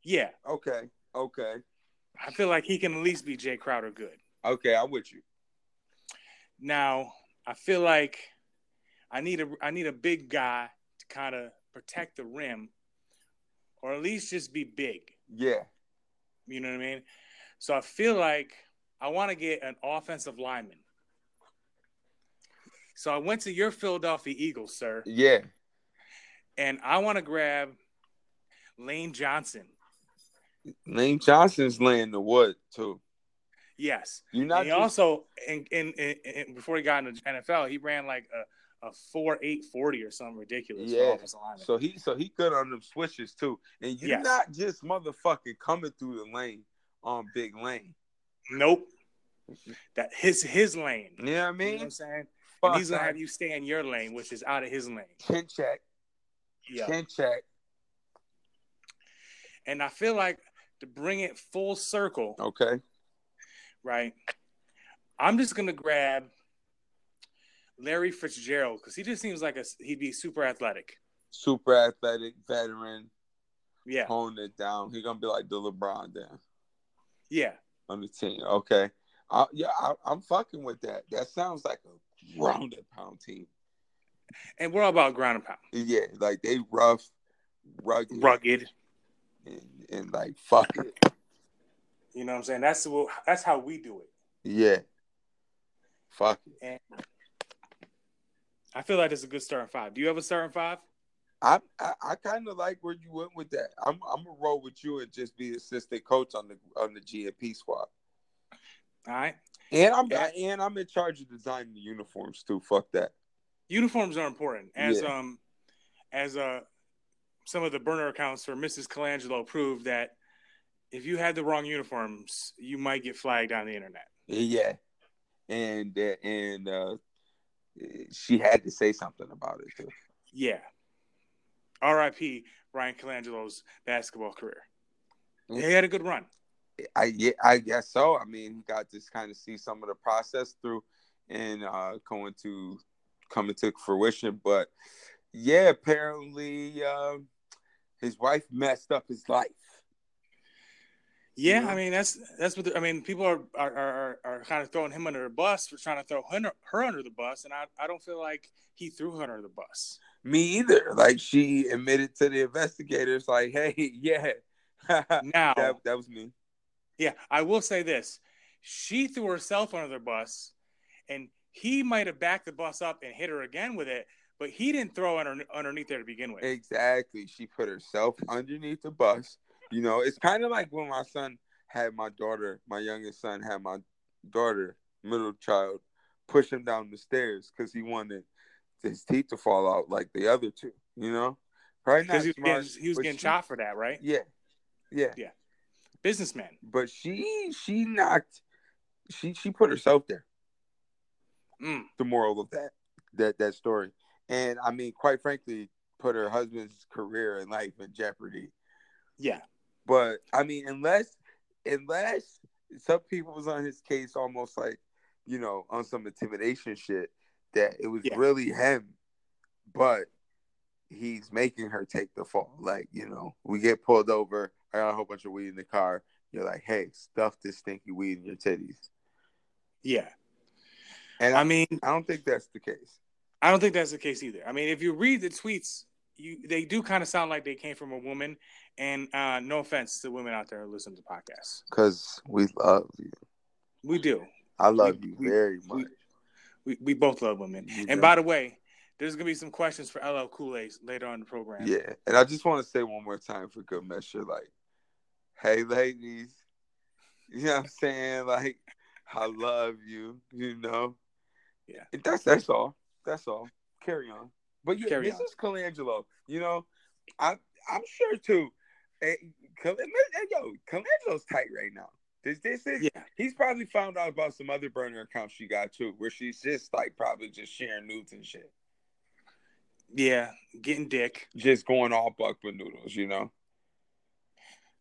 Speaker 2: Yeah,
Speaker 1: Okay, okay,
Speaker 2: I feel like he can at least be Jay Crowder good.
Speaker 1: okay. I'm with you.
Speaker 2: Now I feel like I need a I need a big guy to kind of protect the rim, or at least just be big.
Speaker 1: Yeah,
Speaker 2: You know what I mean? So I feel like I want to get an offensive lineman. So I went to your Philadelphia Eagles, sir,
Speaker 1: yeah.
Speaker 2: and I want to grab Lane Johnson.
Speaker 1: Lane Johnson's laying the wood too.
Speaker 2: Yes.
Speaker 1: You're
Speaker 2: And
Speaker 1: not
Speaker 2: he
Speaker 1: just
Speaker 2: also, in, in, in, in- before he got into NFL, he ran like a, a 4 8 40 or something ridiculous
Speaker 1: Yeah.
Speaker 2: for offensive lineman.
Speaker 1: So he so he good on them switches too. And you're
Speaker 2: Yes.
Speaker 1: not just motherfucking coming through the lane on big lane.
Speaker 2: nope. That his his lane.
Speaker 1: You know what I
Speaker 2: You know
Speaker 1: mean?
Speaker 2: what I'm saying?
Speaker 1: Fuck,
Speaker 2: And he's gonna
Speaker 1: I-
Speaker 2: have you stay in your lane, which is out of his lane.
Speaker 1: chin check,
Speaker 2: Yeah.
Speaker 1: chin check.
Speaker 2: And I feel like to bring it full circle,
Speaker 1: Okay.
Speaker 2: right? I'm just gonna grab Larry Fitzgerald because he just seems like a he'd be super athletic.
Speaker 1: Super athletic, veteran,
Speaker 2: Yeah,
Speaker 1: holding it down. He gonna be like the LeBron then
Speaker 2: yeah.
Speaker 1: on the team. Okay. I, yeah, I, I'm fucking with that. That sounds like a grounded pound team.
Speaker 2: And we're all about ground and pound,
Speaker 1: Yeah, like they rough, rugged,
Speaker 2: rugged.
Speaker 1: and, and like fuck it.
Speaker 2: You know what I'm saying? That's what that's how we do it.
Speaker 1: Yeah. Fuck it.
Speaker 2: I feel like it's a good starting five. Do you have a starting five?
Speaker 1: I I, I kind of like where you went with that. I'm I'm gonna roll with you and just be assistant coach on the on the GMP squad.
Speaker 2: All right.
Speaker 1: And I'm and I'm in charge of designing the uniforms too. Fuck that.
Speaker 2: Uniforms are important. As um as uh some of the burner accounts for Mrs. Colangelo proved that if you had the wrong uniforms, you might get flagged on the internet.
Speaker 1: Yeah. And uh, and uh, she had to say something about it too.
Speaker 2: Yeah. R.I.P. Ryan Colangelo's basketball career. He had a good run.
Speaker 1: I yeah, I guess so. I mean, he got to kind of see some of the process through and uh, going to coming to fruition. But yeah, apparently uh, his wife messed up his life.
Speaker 2: Yeah,
Speaker 1: Yeah.
Speaker 2: I mean that's that's what the, I mean. People are are, are are kind of throwing him under the bus for trying to throw her, her under the bus, and I, I don't feel like he threw her under the bus.
Speaker 1: Me either. Like she admitted to the investigators, like, hey, (laughs) yeah, that
Speaker 2: Now,
Speaker 1: that was me.
Speaker 2: yeah, I will say this: she threw herself under the bus, and he might have backed the bus up and hit her again with it, but he didn't throw under, underneath there to begin with.
Speaker 1: Exactly. She put herself underneath the bus. You know, it's kind of like when my son had my daughter, my youngest son had my daughter, middle child, push him down the stairs because he wanted his teeth to fall out like the other two, you know? Probably not
Speaker 2: Because he was
Speaker 1: smart,
Speaker 2: getting, he was
Speaker 1: but
Speaker 2: getting
Speaker 1: she-
Speaker 2: shot for that, right?
Speaker 1: Yeah. Yeah.
Speaker 2: Businessman.
Speaker 1: But she she knocked she she put herself there.
Speaker 2: Mm.
Speaker 1: the moral of that that that story. And I mean, quite frankly, put her husband's career and life in jeopardy.
Speaker 2: Yeah,
Speaker 1: But I mean, unless unless some people was on his case almost like, you know, on some intimidation shit that it was
Speaker 2: Yeah.
Speaker 1: really him, but he's making her take the fall. Like, you know, we get pulled over, I got a whole bunch of weed in the car. You're like, hey, stuff this stinky weed in your titties.
Speaker 2: yeah.
Speaker 1: And
Speaker 2: I
Speaker 1: I,
Speaker 2: mean,
Speaker 1: I don't think that's the case.
Speaker 2: I don't think that's the case either. I mean, if you read the tweets, you they do kind of sound like they came from a woman. And uh, no offense to women out there who listen to podcasts,
Speaker 1: Cause we love you.
Speaker 2: we do.
Speaker 1: I love
Speaker 2: We-
Speaker 1: you
Speaker 2: we-
Speaker 1: very
Speaker 2: we-
Speaker 1: much.
Speaker 2: We, we both love women.
Speaker 1: You
Speaker 2: and
Speaker 1: do.
Speaker 2: by the way, there's gonna be some questions for LL Kool Aid later on in the program.
Speaker 1: yeah, and I just want to say one more time for good measure, like, hey ladies, you know what I'm saying? Like, I love you. You know.
Speaker 2: Yeah.
Speaker 1: And That's that's all. That's all. Carry on. But yeah,
Speaker 2: Carry
Speaker 1: this
Speaker 2: on.
Speaker 1: is Colangelo. You know, I I'm sure too. Hey, Col- hey, yo, Colangelo's tight right now. This this is
Speaker 2: Yeah,
Speaker 1: he's probably found out about some other burner account she got too, where she's just like probably just sharing nudes and shit.
Speaker 2: yeah, getting dick.
Speaker 1: just going all buck with noodles, you know?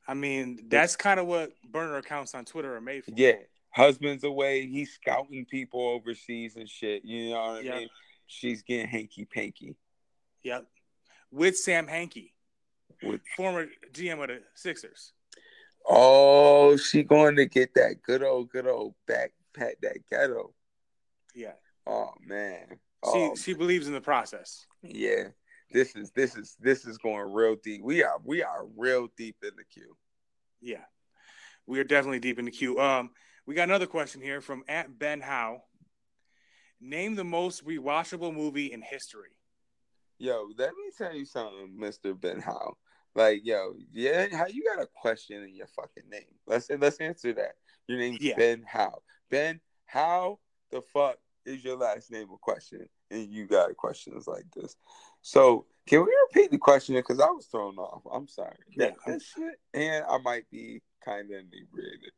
Speaker 2: I mean, that's kind of what burner accounts on Twitter are made for.
Speaker 1: Yeah. Husband's away, he's scouting people overseas and shit. You know what I
Speaker 2: Yeah.
Speaker 1: mean? She's getting hanky panky.
Speaker 2: Yep. With Sam Hankey,
Speaker 1: With
Speaker 2: former GM of the Sixers.
Speaker 1: oh, she going to get that good old, good old back pat that ghetto.
Speaker 2: Yeah.
Speaker 1: Oh man.
Speaker 2: She
Speaker 1: Oh
Speaker 2: she believes in the process.
Speaker 1: yeah. This is this is this is going real deep. We are we are real deep in the queue.
Speaker 2: Yeah, we are definitely deep in the queue. Um, we got another question here from at Ben Howe. Name the most rewatchable movie in history.
Speaker 1: Yo, let me tell you something, Mr. Ben Howe. Like, yo, yeah, how you got a question in your fucking name? Let's let's answer that. Your name's
Speaker 2: Yeah.
Speaker 1: Ben Howe. Ben, how the fuck is your last name a question? And you got questions like this. So can we repeat the question? Because I was thrown off. I'm sorry.
Speaker 2: Yeah.
Speaker 1: That- that shit- and I might be kind of inebriated,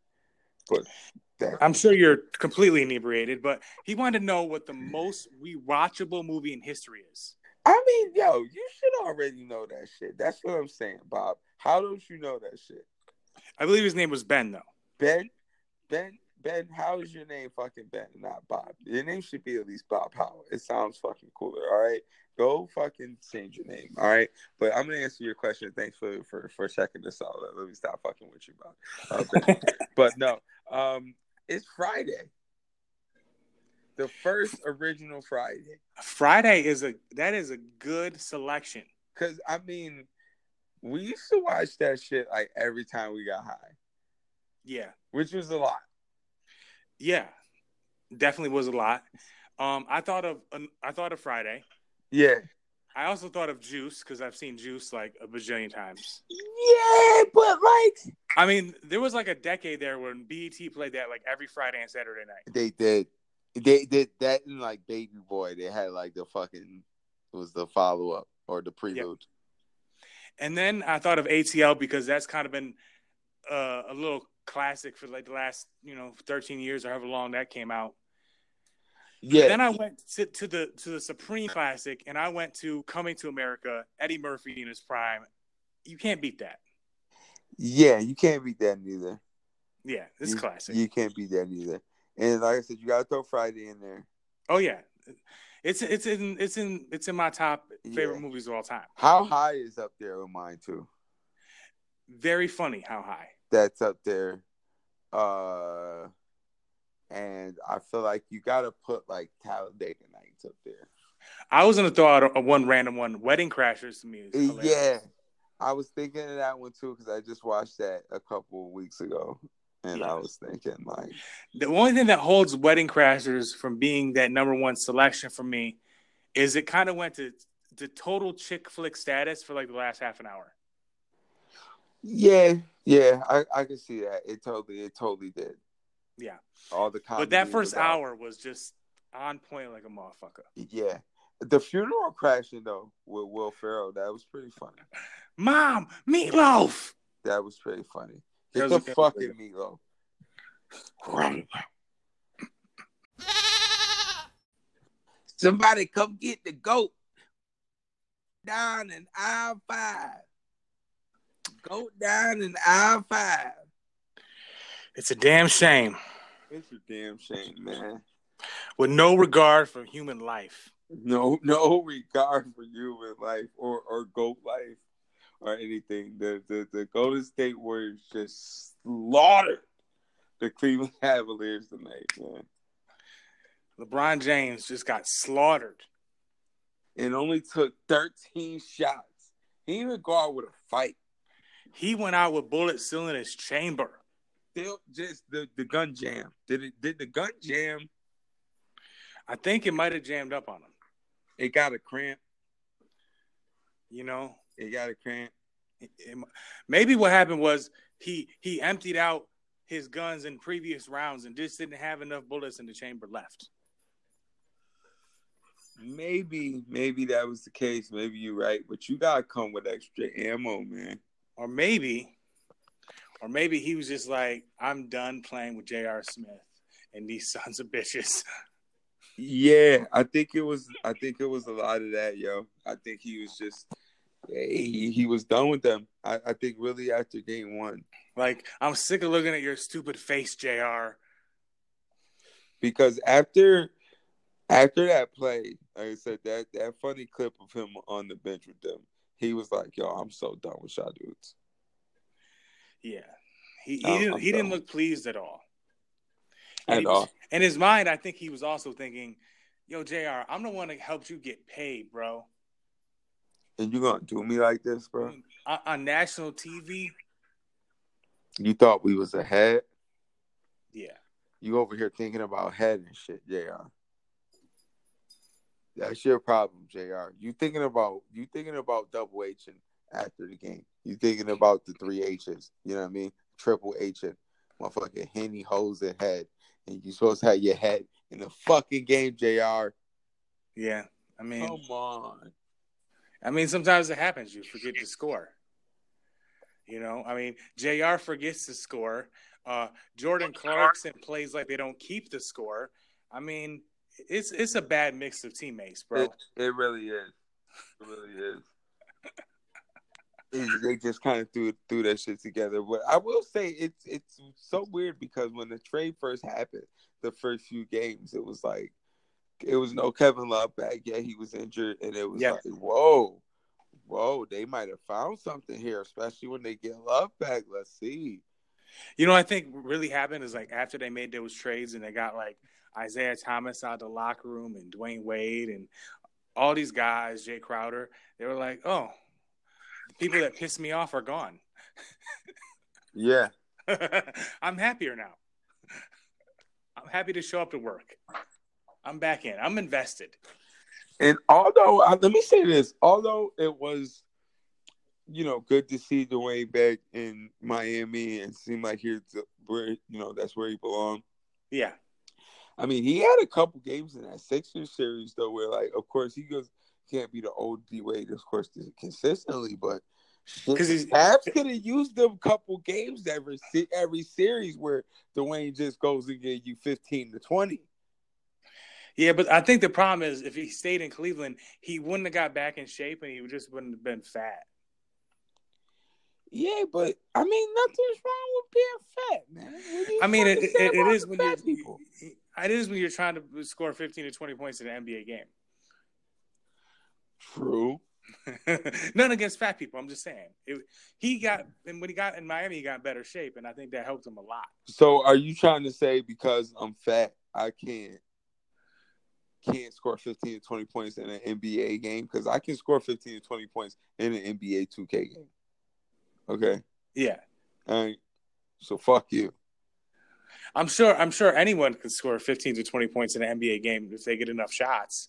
Speaker 1: but that,
Speaker 2: I'm sure you're completely inebriated, but he wanted to know what the most rewatchable movie in history is.
Speaker 1: I mean, yo, you should already know that shit. That's what I'm saying, Bob. How don't you know that shit?
Speaker 2: I believe his name was Ben, though.
Speaker 1: Ben, Ben, Ben, how is your name fucking Ben, not Bob? Your name should be at least Bob Howard. It sounds fucking cooler, all right? Go fucking change your name, all right? But I'm gonna answer your question. Thanks for for for checking this out. Let, let me stop fucking with you, Bob. Uh, (laughs) Ben. but no, um, it's Friday. The first original Friday.
Speaker 2: Friday is a that is a good selection.
Speaker 1: Cause I mean, we used to watch that shit like every time we got high,
Speaker 2: Yeah,
Speaker 1: which was a lot.
Speaker 2: yeah, definitely was a lot. Um, I thought of I thought of Friday.
Speaker 1: Yeah.
Speaker 2: I also thought of Juice because I've seen Juice like a bajillion times.
Speaker 1: Yeah, but like
Speaker 2: I mean, there was like a decade there when BET played that like every Friday and Saturday night.
Speaker 1: they did, they did that in like Baby Boy. They had like the fucking it was the follow up or the prelude.
Speaker 2: And then I thought of ATL because that's kind of been uh, a little classic for like the last you know 13 years or however long that came out.
Speaker 1: Yeah,
Speaker 2: Then I went to, to the to the Supreme Classic and I went to Coming to America, Eddie Murphy in his prime. You can't beat that.
Speaker 1: yeah, you can't beat that neither.
Speaker 2: Yeah, it's classic.
Speaker 1: You can't beat that neither. And like I said, you gotta throw Friday in there.
Speaker 2: Oh yeah, it's it's in it's in it's in my top favorite
Speaker 1: Yeah.
Speaker 2: movies of all time.
Speaker 1: How high is up there with mine too?
Speaker 2: Very funny. How high?
Speaker 1: That's up there. Uh and I feel like you gotta put like Talladega Nights up there.
Speaker 2: I was gonna throw out a, a one random one. Wedding Crashers to me. Is hilarious.
Speaker 1: Yeah. I was thinking of that one too because I just watched that a couple of weeks ago. And
Speaker 2: Yeah.
Speaker 1: I was thinking like
Speaker 2: The only thing that holds Wedding Crashers from being that number one selection for me is it kind of went to the total chick flick status for like the last half an hour.
Speaker 1: Yeah, yeah, I, I can see that. It totally it totally did.
Speaker 2: Yeah.
Speaker 1: All the comedy
Speaker 2: but that
Speaker 1: was
Speaker 2: first
Speaker 1: about-
Speaker 2: hour was just on point like a motherfucker.
Speaker 1: Yeah. The funeral crashing though with Will Ferrell, that was pretty funny.
Speaker 2: Mom, meatloaf.
Speaker 1: That was pretty funny.
Speaker 2: That
Speaker 1: Get
Speaker 2: was
Speaker 1: the
Speaker 2: a good
Speaker 1: fucking meatloaf. Somebody come get the goat down in aisle five. Goat down in aisle five.
Speaker 2: It's a damn shame
Speaker 1: It's a damn shame, man.
Speaker 2: with no regard for human life.
Speaker 1: No, no regard for human life or or goat life or anything. The the, the Golden State Warriors just slaughtered the Cleveland (laughs) Cavaliers tonight, man.
Speaker 2: LeBron James just got slaughtered.
Speaker 1: and only took 13 shots. He didn't even go out with a fight.
Speaker 2: He went out with bullets still in his chamber.
Speaker 1: Still just the, the gun jam. Did it did the gun jam?
Speaker 2: I think it might have jammed up on him.
Speaker 1: It got a cramp.
Speaker 2: You know,
Speaker 1: It got a cramp.
Speaker 2: It- it mi- maybe what happened was he he emptied out his guns in previous rounds and just didn't have enough bullets in the chamber left.
Speaker 1: Maybe, maybe that was the case. Maybe you're right, but you gotta come with extra ammo, man.
Speaker 2: Or maybe or maybe he was just like, I'm done playing with J.R. Smith and these (laughs) sons of bitches.
Speaker 1: Yeah, I think it was I think it was a lot of that, yo. I think he was just he, he was done with them. I, I think really after game one.
Speaker 2: Like, I'm sick of looking at your stupid face, J.R.
Speaker 1: because after after that play, like I said, that that funny clip of him on the bench with them, he was like, "Yo, I'm so done with y'all dudes."
Speaker 2: Yeah. He, he
Speaker 1: I'm-
Speaker 2: didn't
Speaker 1: I'm
Speaker 2: he didn't
Speaker 1: done.
Speaker 2: look pleased at all.
Speaker 1: At
Speaker 2: he
Speaker 1: all,
Speaker 2: was- In his mind, I think he was also thinking, Yo, JR, I'm the one that helped you get paid, bro.
Speaker 1: and you gonna do me like this, bro?
Speaker 2: On, on national TV.
Speaker 1: You thought we was ahead.
Speaker 2: Yeah.
Speaker 1: You over here thinking about head and shit, Jr. That's your problem, Jr. You thinking about you thinking about double H and after the game. You thinking about the three H's. You know what I mean? Triple H and motherfucking Henny hose and head, and you supposed to have your head in the fucking game, Jr.
Speaker 2: Yeah. I mean,
Speaker 1: Come on,
Speaker 2: I mean, sometimes it happens. You forget to score. You know, I mean, Jr. forgets to score. Uh, Jordan Clarkson plays like they don't keep the score. I mean, it's it's a bad mix of teammates, bro.
Speaker 1: It, it really is. It really is. It- they just kind of threw threw that shit together. But I will say it's it's so weird because when the trade first happened, the first few games, it was like it was no Kevin Love back. Yeah, he was injured, and it was
Speaker 2: Yeah.
Speaker 1: like whoa, whoa, they might have found something here, especially when they get Love back. Let's see.
Speaker 2: You know, what I think really happened is like after they made those trades and they got like Isaiah Thomas out of the locker room and Dwayne Wade and all these guys, Jay Crowder, they were like, oh, the people that pissed me off are gone.
Speaker 1: Yeah,
Speaker 2: (laughs) I'm happier now. I'm happy to show up to work. I'm back in. I'm invested.
Speaker 1: And although uh, let me say this, although it was, you know, good to see Dwayne back in Miami and seem like he's where you know that's where he belonged.
Speaker 2: Yeah.
Speaker 1: I mean, he had a couple games in that Sixers series though, where like, of course, he goes can't be the old D Wade, of course, consistently, but because he's Cavs could have used them couple games every se- every series where Dwayne just goes and gives you fifteen to twenty.
Speaker 2: Yeah, but I think the problem is if he stayed in Cleveland, he wouldn't have got back in shape and he just wouldn't have been fat.
Speaker 1: Yeah, but I mean, nothing's wrong with being fat, man.
Speaker 2: I mean, it, it, it is when
Speaker 1: you
Speaker 2: people. It is when you're trying to score 15 to 20 points in an NBA game.
Speaker 1: True.
Speaker 2: (laughs) None against fat people. I'm just saying. It, he got, and when he got in Miami, he got better shape, and I think that helped him a lot.
Speaker 1: So, are you trying to say because I'm fat, I can't can't score 15 to 20 points in an NBA game? Because I can score 15 to 20 points in an NBA 2K game. Okay.
Speaker 2: Yeah.
Speaker 1: All right. So fuck you.
Speaker 2: I'm sure. I'm sure anyone can score 15 to 20 points in an NBA game if they get enough shots.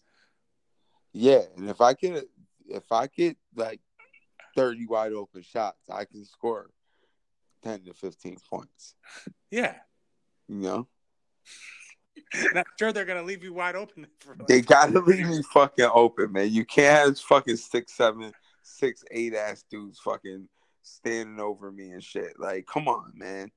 Speaker 1: Yeah, and if I get if I get like 30 wide open shots, I can score 10 to 15 points.
Speaker 2: Yeah.
Speaker 1: You know?
Speaker 2: And I'm sure they're gonna leave you wide open. (laughs) For like
Speaker 1: They gotta (laughs) leave me fucking open, man. You can't have fucking six, seven, six, eight ass dudes fucking standing over me and shit. Like, come on, man.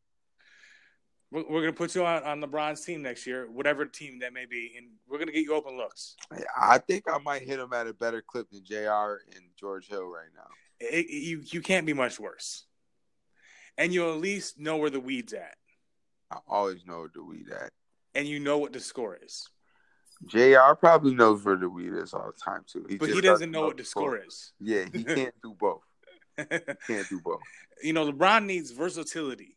Speaker 2: We're, we're gonna put you on on LeBron's team next year, whatever team that may be, and we're gonna get you open looks.
Speaker 1: I think I might hit him at a better clip than JR and George Hill right now.
Speaker 2: It, you you can't be much worse, and you'll at least know where the weeds at,
Speaker 1: I always know where the weed at.
Speaker 2: and you know what the score is,
Speaker 1: JR probably knows where the weed is all the time too.
Speaker 2: but
Speaker 1: just
Speaker 2: he doesn't know what the
Speaker 1: both.
Speaker 2: score is.
Speaker 1: Yeah,
Speaker 2: (laughs)
Speaker 1: he can't do both. Can't do both.
Speaker 2: you know, LeBron needs versatility.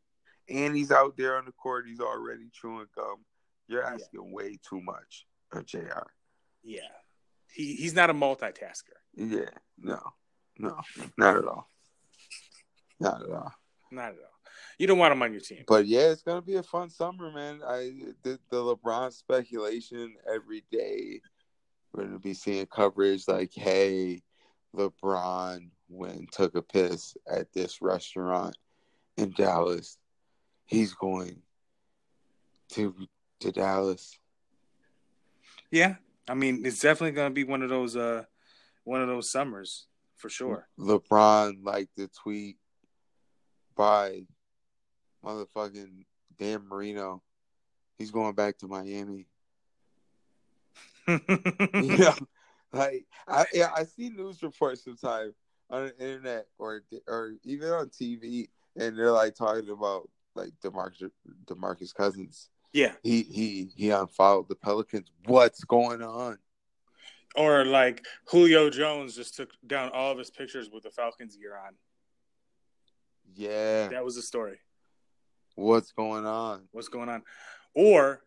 Speaker 1: And he's out there on the court. He's already chewing gum. You're
Speaker 2: Yeah.
Speaker 1: asking way too much of JR.
Speaker 2: Yeah, he he's not a multitasker.
Speaker 1: Yeah, no, no, not at all. Not at all.
Speaker 2: Not at all. You don't want him on your team.
Speaker 1: But yeah, it's gonna be a fun summer, man. I the, the LeBron speculation every day. We're gonna be seeing coverage like, "Hey, LeBron went and took a piss at this restaurant in Dallas. He's going to to Dallas."
Speaker 2: Yeah, I mean, it's definitely gonna be one of those uh, one of those summers for sure. (laughs)
Speaker 1: LeBron liked the tweet by motherfucking Dan Marino. He's going back to Miami. (laughs) you know, like I yeah, I see news reports sometimes on the internet or or even on TV, and they're like talking about like Demarcus Demarcus Cousins.
Speaker 2: yeah,
Speaker 1: He he he unfollowed the Pelicans. What's going on?
Speaker 2: or like Julio Jones just took down all of his pictures with the Falcons gear on.
Speaker 1: Yeah,
Speaker 2: That was the story.
Speaker 1: what's going on?
Speaker 2: What's going on? Or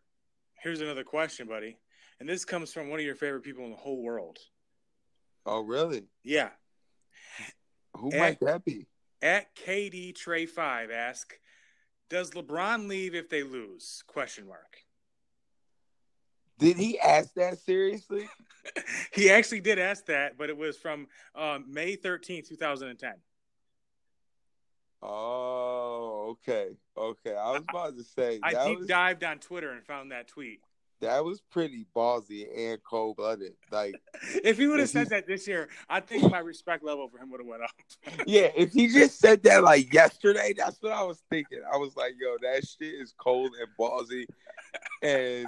Speaker 2: here's another question, buddy, and this comes from one of your favorite people in the whole world.
Speaker 1: Oh really?
Speaker 2: Yeah,
Speaker 1: Who
Speaker 2: Eh.
Speaker 1: might that be?
Speaker 2: At KD Trey Five ask, does LeBron leave if they lose? Question mark. (laughs)
Speaker 1: Did he ask that seriously?
Speaker 2: he actually did ask that, but it was from um, May thirteenth, two 2010.
Speaker 1: Oh, okay, okay. I was about to say
Speaker 2: I
Speaker 1: that
Speaker 2: deep
Speaker 1: was
Speaker 2: dived on Twitter and found that tweet. (laughs)
Speaker 1: that was pretty ballsy and cold blooded. Like
Speaker 2: If he would have
Speaker 1: If he-
Speaker 2: said that this year, I think my respect level for him would have went up.
Speaker 1: Yeah, if he just said that like yesterday, that's what I was thinking. I was like, yo, that shit is cold and ballsy. And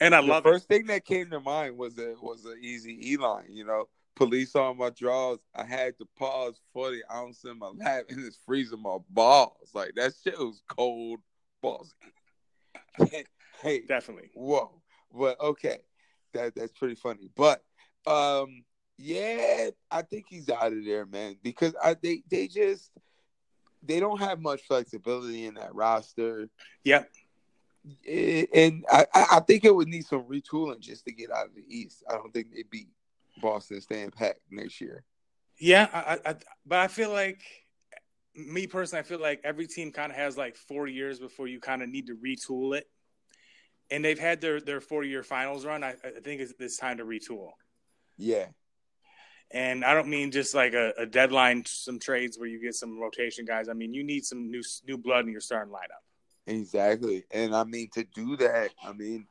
Speaker 2: And I
Speaker 1: the
Speaker 2: love
Speaker 1: first thing that came to mind was a was an easy Elon, you know. Police on my drawers. I had to pause 40 ounce in my lap and it's freezing my balls. Like that shit was cold ballsy. (laughs) hey,
Speaker 2: it. Definitely.
Speaker 1: whoa but okay that that's pretty funny but um yeah i think he's out of there man because i they they just they don't have much flexibility in that roster
Speaker 2: Yep.
Speaker 1: Eh, and i i I think it would need some retooling just to get out of the east i don't think they beat boston staying packed next year
Speaker 2: Yeah. I, I, I- but I feel like, me personally, I feel like every team kind of has like four years before you kind of need to retool it. And they've had their, their four year finals run. I, I think it's, it's time to retool.
Speaker 1: Yeah.
Speaker 2: And I don't mean just like a, a deadline, some trades where you get some rotation guys. I mean, you need some new new blood in your starting lineup.
Speaker 1: Exactly. And I mean to do that, I mean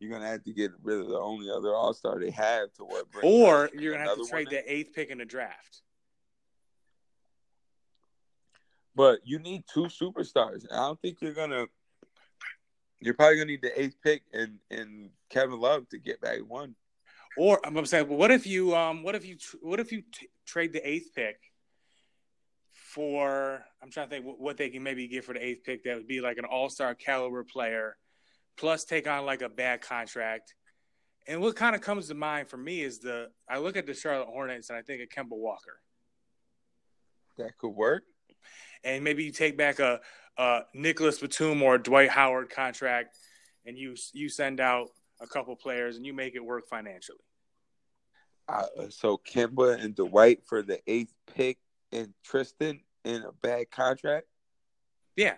Speaker 1: you're gonna have to get rid of the only other all star they have to what bring
Speaker 2: Or
Speaker 1: back
Speaker 2: you're gonna have to
Speaker 1: another
Speaker 2: trade
Speaker 1: one in.
Speaker 2: the eighth pick in the draft.
Speaker 1: But you need two superstars. I don't think you're gonna you're probably gonna need the eighth pick and and Kevin Love to get back one.
Speaker 2: Or I'm saying, well, what if you um, what if you tr- what if you t- trade the eighth pick for? I'm trying to think what- what they can maybe get for the eighth pick that would be like an all star caliber player, plus take on like a bad contract. And what kind of comes to mind for me is the I look at the Charlotte Hornets and I think of Kemba Walker,
Speaker 1: That could work.
Speaker 2: and maybe you take back a, a Nicholas Batum or a Dwight Howard contract, and you you send out a couple players and you make it work financially.
Speaker 1: Uh, so Kimba and Dwight for the eighth pick and Tristan in a bad contract.
Speaker 2: Yeah,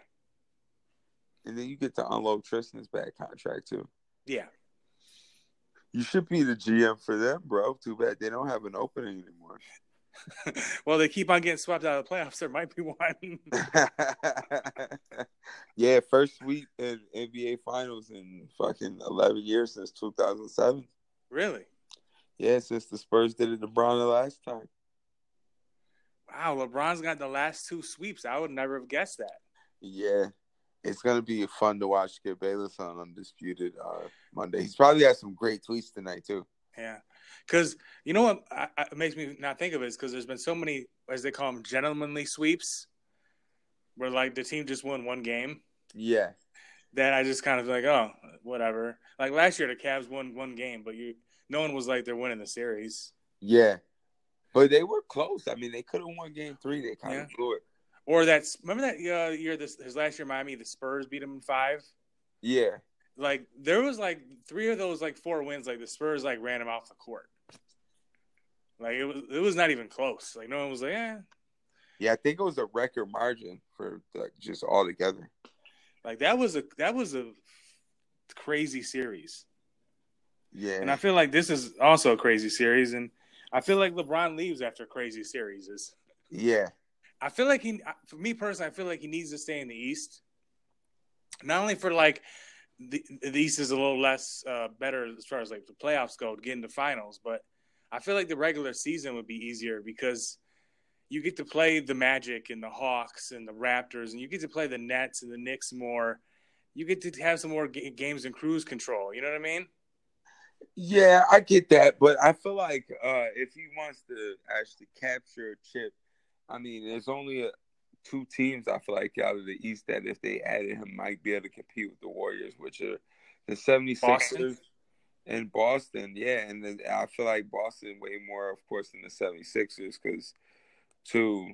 Speaker 1: And then you get to unload Tristan's bad contract too.
Speaker 2: yeah.
Speaker 1: You should be the GM for them, bro. Too bad they don't have an opening anymore. (laughs)
Speaker 2: (laughs) well, they keep on getting swept out of the playoffs. (laughs) There might be one.
Speaker 1: yeah, first week in NBA Finals in fucking eleven years since two thousand seven.
Speaker 2: really?
Speaker 1: Yeah, since the Spurs did it to Bron the last time.
Speaker 2: Wow, LeBron's got the last two sweeps. I would never have guessed that.
Speaker 1: Yeah, it's gonna be fun to watch Skip Bayless on Undisputed uh, Monday. He's probably got some great tweets tonight too.
Speaker 2: Yeah, because you know what I, I, it makes me not think of it is because there's been so many, as they call them, gentlemanly sweeps, where like the team just won one game.
Speaker 1: Yeah,
Speaker 2: That I just kind of like, oh, whatever. Like last year, the Cavs won one game, but you, no one was like they're winning the series.
Speaker 1: yeah, but they were close. I mean, they could have won Game Three. They kind
Speaker 2: Yeah.
Speaker 1: of blew it.
Speaker 2: Or that's remember that uh, year this his last year Miami the Spurs beat him in five.
Speaker 1: Yeah,
Speaker 2: like there was like three of those like four wins like the Spurs like ran him off the court. Like it was it was not even close. Like no one was like, eh.
Speaker 1: yeah. I think it was a record margin for like just all together.
Speaker 2: Like that was a that was a crazy series.
Speaker 1: Yeah,
Speaker 2: And I feel like this is also a crazy series and I feel like LeBron leaves after crazy series is
Speaker 1: yeah,
Speaker 2: I feel like he for me personally I feel like he needs to stay in the East. Not only for like the, the East is a little less uh, better as far as like the playoffs go to get into finals, but I feel like the regular season would be easier because you get to play the Magic and the Hawks and the Raptors, and you get to play the Nets and the Knicks more. You get to have some more ga- games in cruise control. You know what I mean?
Speaker 1: yeah. I get that, but I feel like uh if he wants to actually capture a chip, I mean, there's only a, two teams I feel like out of the East that if they added him might be able to compete with the Warriors, which are the 76ers
Speaker 2: Boston?
Speaker 1: and Boston. Yeah, and then I feel like Boston way more, of course, than the 76ers because two.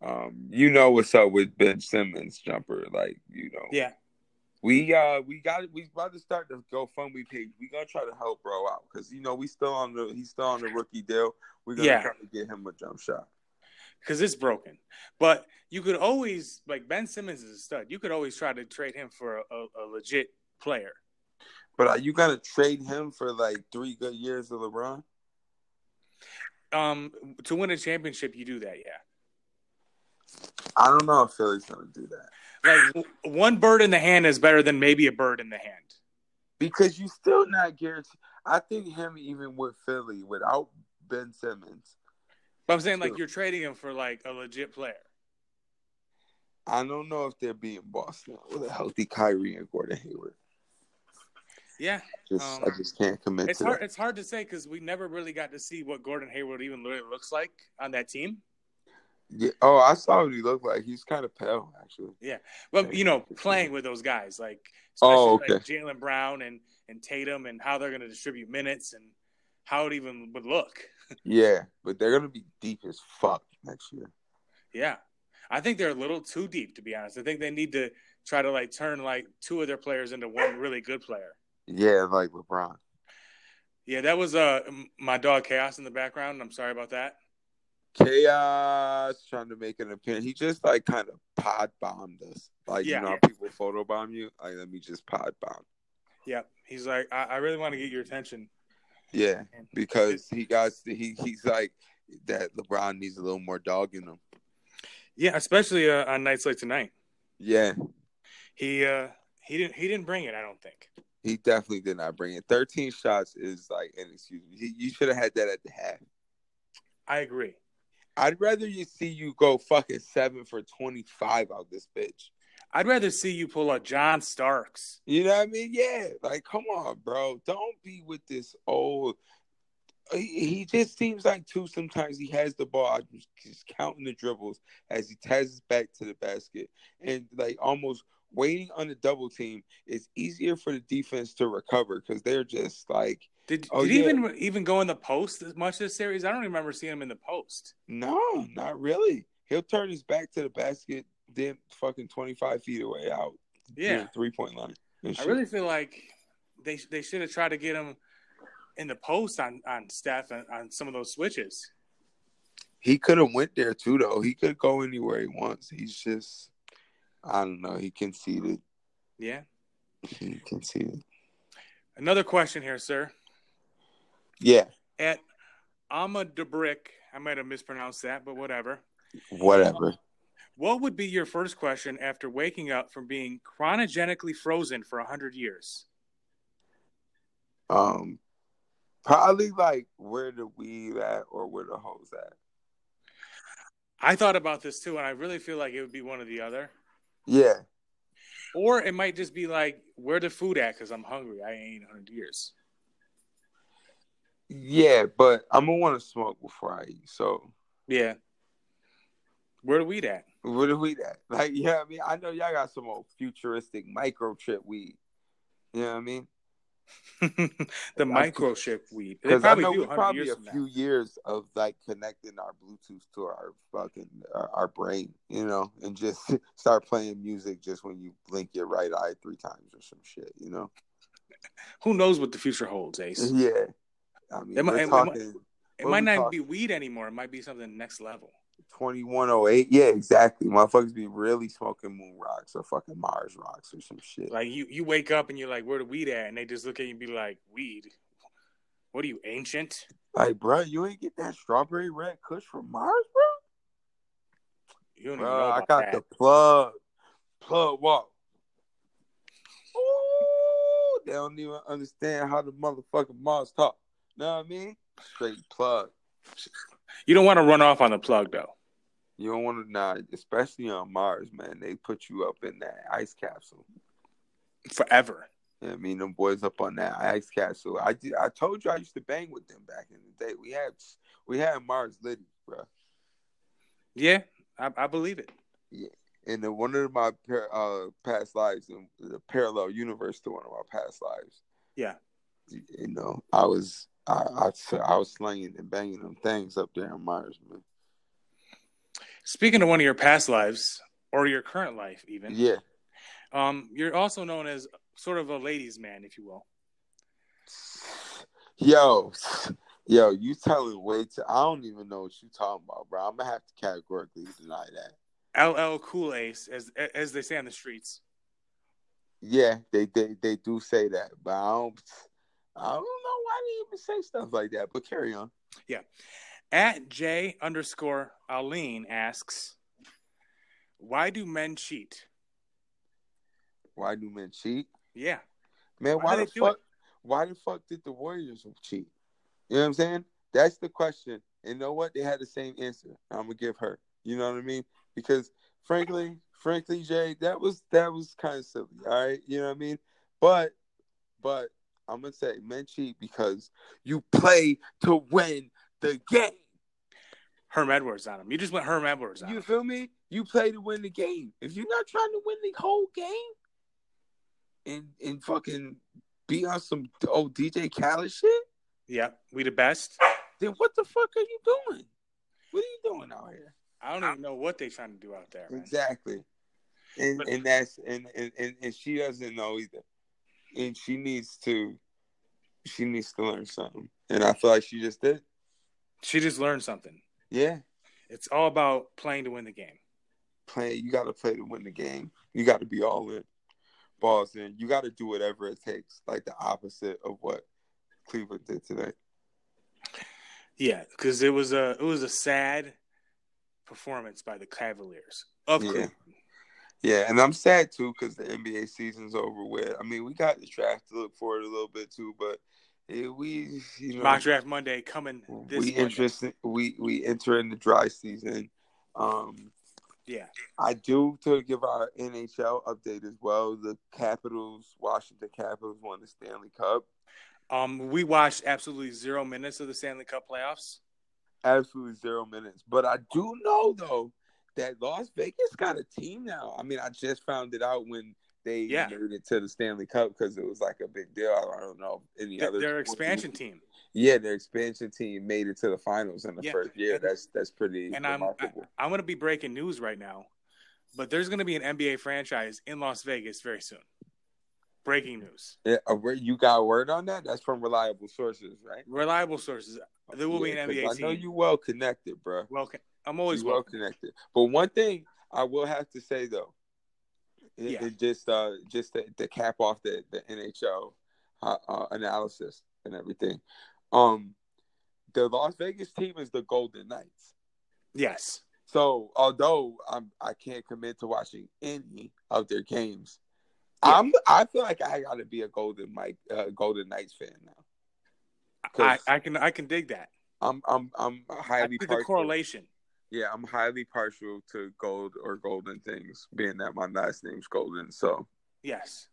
Speaker 1: Um, you know what's up with Ben Simmons jumper, like you know.
Speaker 2: Yeah.
Speaker 1: We uh we got it. We about to start the GoFundMe page. We gonna try to help bro out because you know we still on the he's still on the rookie deal. We're gonna
Speaker 2: Yeah.
Speaker 1: try to get him a jump shot.
Speaker 2: Because it's broken. But you could always like Ben Simmons is a stud. You could always try to trade him for a, a, a legit player.
Speaker 1: But are you gonna trade him for like three good years of LeBron?
Speaker 2: Um, to win a championship, you do that. Yeah.
Speaker 1: I don't know if Philly's gonna do that
Speaker 2: like w- one bird in the hand is better than maybe a bird in the hand.
Speaker 1: because you still not guaranteed. I think him even with Philly without Ben Simmons.
Speaker 2: But I'm saying like
Speaker 1: True.
Speaker 2: you're trading him for like a legit player.
Speaker 1: I don't know if they're beating Boston with a healthy Kyrie and Gordon Hayward.
Speaker 2: Yeah,
Speaker 1: Just I
Speaker 2: Um,
Speaker 1: just can't commit
Speaker 2: it's
Speaker 1: to
Speaker 2: hard.
Speaker 1: that.
Speaker 2: It's hard to say because we never really got to see what Gordon Hayward even really looks like on that team.
Speaker 1: Yeah. Oh, I saw what he looked like. He's kind of pale actually.
Speaker 2: But you know, playing with those guys like especially
Speaker 1: Oh,
Speaker 2: like Jalen Brown and and Tatum and how they're going to distribute minutes and how it even would look.
Speaker 1: Yeah, but they're gonna be deep as fuck next year.
Speaker 2: Yeah, I think they're a little too deep to be honest. I think they need to try to like turn like two of their players into one really good player.
Speaker 1: Yeah, like LeBron.
Speaker 2: Yeah, that was uh m- my dog Chaos in the background. I'm sorry about that.
Speaker 1: Chaos trying to make an appearance. He just like kind of pod bombed us. Like
Speaker 2: Yeah.
Speaker 1: you know, how people photo bomb you. Like let me just pod bomb.
Speaker 2: Yeah, he's like, I, I really want to get your attention.
Speaker 1: Yeah,
Speaker 2: And
Speaker 1: because he got he he's like that. LeBron needs a little more dog in him.
Speaker 2: yeah, especially uh, on nights like tonight,
Speaker 1: Yeah,
Speaker 2: he uh, he didn't he didn't bring it. I don't think.
Speaker 1: he definitely did not bring it. Thirteen shots is like inexcusable. He, you should have had that at the half.
Speaker 2: I agree.
Speaker 1: I'd rather you see you go fucking seven for twenty five out this bitch.
Speaker 2: I'd rather see you pull out John Starks.
Speaker 1: You know what I mean? Yeah. Like, come on, bro. Don't be with this old. He, he just seems like too. Sometimes he has the ball, I'm just, just counting the dribbles as he passes back to the basket, and like almost waiting on the double team. It's easier for the defense to recover because they're just like,
Speaker 2: Did,
Speaker 1: Oh,
Speaker 2: did he
Speaker 1: yeah.
Speaker 2: even even go in the post as much this series? I don't remember seeing him in the post.
Speaker 1: no, not really. He'll turn his back to the basket, then fucking twenty five feet away out. near
Speaker 2: Yeah,
Speaker 1: the three point line. and
Speaker 2: I
Speaker 1: shit.
Speaker 2: really feel like they they should have tried to get him in the post on on staff on, on some of those switches.
Speaker 1: he could have went there too though. He could go anywhere he wants. He's just I don't know, he conceded.
Speaker 2: Yeah.
Speaker 1: He conceded.
Speaker 2: Another question here, sir.
Speaker 1: Yeah.
Speaker 2: At Ama Debrick, I might have mispronounced that, but whatever.
Speaker 1: Whatever.
Speaker 2: What would be your first question after waking up from being chronogenically frozen for 100 years?
Speaker 1: Um probably like where the weed at or where the hoes at.
Speaker 2: I thought about this too, and I really feel like it would be one or the other.
Speaker 1: Yeah.
Speaker 2: Or it might just be like, where the food at? Because I'm hungry. I ain't 100 years.
Speaker 1: Yeah, but I'm gonna wanna smoke before I eat. So
Speaker 2: Yeah. Where the weed at? (laughs)
Speaker 1: where the weed at? Like, yeah, I mean, I know y'all got some old futuristic microchip weed. You know what I mean?
Speaker 2: the microchip weed. They
Speaker 1: Because I
Speaker 2: probably
Speaker 1: know
Speaker 2: do
Speaker 1: we're
Speaker 2: 100
Speaker 1: probably
Speaker 2: years
Speaker 1: a
Speaker 2: from now.
Speaker 1: few years of like connecting our Bluetooth to our fucking our, our brain, you know, and just (laughs) start playing music just when you blink your right eye three times or some shit, you know.
Speaker 2: Who knows what the future holds, Ace?
Speaker 1: Yeah, I mean,
Speaker 2: It might-
Speaker 1: we're
Speaker 2: it might-
Speaker 1: talking
Speaker 2: It
Speaker 1: Mm-hmm. What
Speaker 2: might
Speaker 1: we
Speaker 2: not
Speaker 1: talk-
Speaker 2: be weed anymore. It might be something next level.
Speaker 1: twenty one oh eight. Yeah, exactly. Motherfuckers be really smoking moon rocks or fucking Mars rocks or some shit.
Speaker 2: Like you, you wake up and you're like, "Where the weed at?" And they just look at you and be like, "Weed? What are you ancient?"
Speaker 1: Like, bro, you ain't get that strawberry red Kush from Mars, bro.
Speaker 2: You don't even know
Speaker 1: Bro, I
Speaker 2: about
Speaker 1: got
Speaker 2: that.
Speaker 1: the plug. Plug walk. Ooh, they don't even understand how the motherfucking Mars talk. Know what I mean? Straight plug.
Speaker 2: You don't want to run off on the plug though.
Speaker 1: You don't want to nah, especially on Mars, man. They put you up in that ice capsule.
Speaker 2: Forever.
Speaker 1: You know what I mean, them boys up on that ice capsule. I did, I told you I used to bang with them back in the day. We had we had Mars Liddy, bro.
Speaker 2: Yeah, I, I believe it.
Speaker 1: In the, one of my par- uh, past lives, in the parallel universe to one of my past lives.
Speaker 2: Yeah.
Speaker 1: you know, I was I I, I was slinging and banging them things up there in Mars, man.
Speaker 2: Speaking of one of your past lives or your current life, even,
Speaker 1: Yeah,
Speaker 2: um, you're also known as sort of a ladies' man, if you will.
Speaker 1: yo, (laughs) yo, you telling way too? I don't even know what you talking about, bro. I'm gonna have to categorically deny that.
Speaker 2: LL Cool Ace, as as they say on the streets.
Speaker 1: Yeah, they they they do say that, but I don't. I don't know why they even say stuff like that, but carry on.
Speaker 2: At J underscore Aline asks, why do men cheat?
Speaker 1: Why do men cheat?
Speaker 2: Yeah.
Speaker 1: Man,
Speaker 2: Why
Speaker 1: why,
Speaker 2: do
Speaker 1: the
Speaker 2: they do it?
Speaker 1: fuck? Why the fuck did the Warriors cheat? You know what I'm saying? That's the question. And you know what? They had the same answer. I'm gonna give her. You know what I mean? Because frankly, frankly, Jay, that was that was kind of silly. All right, you know what I mean? But but I'm gonna say men cheat because you play to win the game.
Speaker 2: Herm Edwards on him. You just went Herm Edwards on
Speaker 1: You
Speaker 2: him.
Speaker 1: feel me? You play to win the game. If you're not trying to win the whole game and and fucking be on some old DJ Khaled shit,
Speaker 2: Yep, we the best.
Speaker 1: then what the fuck are you doing? What are you doing out here?
Speaker 2: I don't even know what they trying to do out there, man.
Speaker 1: Exactly. And
Speaker 2: But-
Speaker 1: and that's and, and and and she doesn't know either. And she needs to she needs to learn something. And I feel like she just did.
Speaker 2: She just learned something.
Speaker 1: Yeah.
Speaker 2: It's all about playing to win the game.
Speaker 1: Play you gotta play to win the game. You gotta be all in. Balls in. You gotta do whatever it takes. Like the opposite of what Cleveland did tonight.
Speaker 2: Yeah, because it was a it was a sad performance by the Cavaliers of
Speaker 1: Yeah.
Speaker 2: Cleveland.
Speaker 1: Yeah, and I'm sad too because the NBA season's over with. I mean, we got the draft to look forward to a little bit too, but eh, we you know
Speaker 2: Mock Draft Monday coming this
Speaker 1: we
Speaker 2: Monday.
Speaker 1: interest we we enter in the dry season. Um,
Speaker 2: Yeah,
Speaker 1: I do to give our NHL update as well. The Capitals, Washington Capitals, won the Stanley Cup.
Speaker 2: um, we watched absolutely zero minutes of the Stanley Cup playoffs.
Speaker 1: Absolutely zero minutes. But I do know though that Las Vegas got a team now. I mean, I just found it out when they
Speaker 2: Yeah.
Speaker 1: made it to the Stanley Cup because it was like a big deal. I don't know if any
Speaker 2: Their,
Speaker 1: other
Speaker 2: their expansion team,
Speaker 1: Yeah, their expansion team made it to the finals in the
Speaker 2: Yeah,
Speaker 1: first year.
Speaker 2: and-
Speaker 1: that's that's pretty
Speaker 2: and I'm I,
Speaker 1: remarkable.
Speaker 2: I'm gonna be breaking news right now, but there's gonna be an NBA franchise in Las Vegas very soon. Breaking news.
Speaker 1: Yeah, uh, where- you got word on that? That's from reliable sources, right?
Speaker 2: Reliable sources. There will be
Speaker 1: Yeah,
Speaker 2: an
Speaker 1: 'cause
Speaker 2: NBA
Speaker 1: I know
Speaker 2: team.
Speaker 1: you well connected, bro.
Speaker 2: Well, I'm always
Speaker 1: you well
Speaker 2: welcome.
Speaker 1: connected. But one thing I will have to say though, it,
Speaker 2: Yeah.
Speaker 1: it just uh just to, to cap off the the NHL uh, uh, analysis and everything, um, the Las Vegas team is the Golden Knights.
Speaker 2: Yes.
Speaker 1: So although I'm I can't commit to watching any of their games,
Speaker 2: Yeah.
Speaker 1: I'm I feel like I gotta be a Golden Mike uh, Golden Knights fan now.
Speaker 2: I,
Speaker 1: 'Cause-
Speaker 2: I can I can dig that.
Speaker 1: I'm I'm I'm
Speaker 2: I
Speaker 1: highly
Speaker 2: think the
Speaker 1: partial-
Speaker 2: correlation.
Speaker 1: yeah, I'm highly partial to gold or golden things, being that my last name's Golden. So,
Speaker 2: Yes.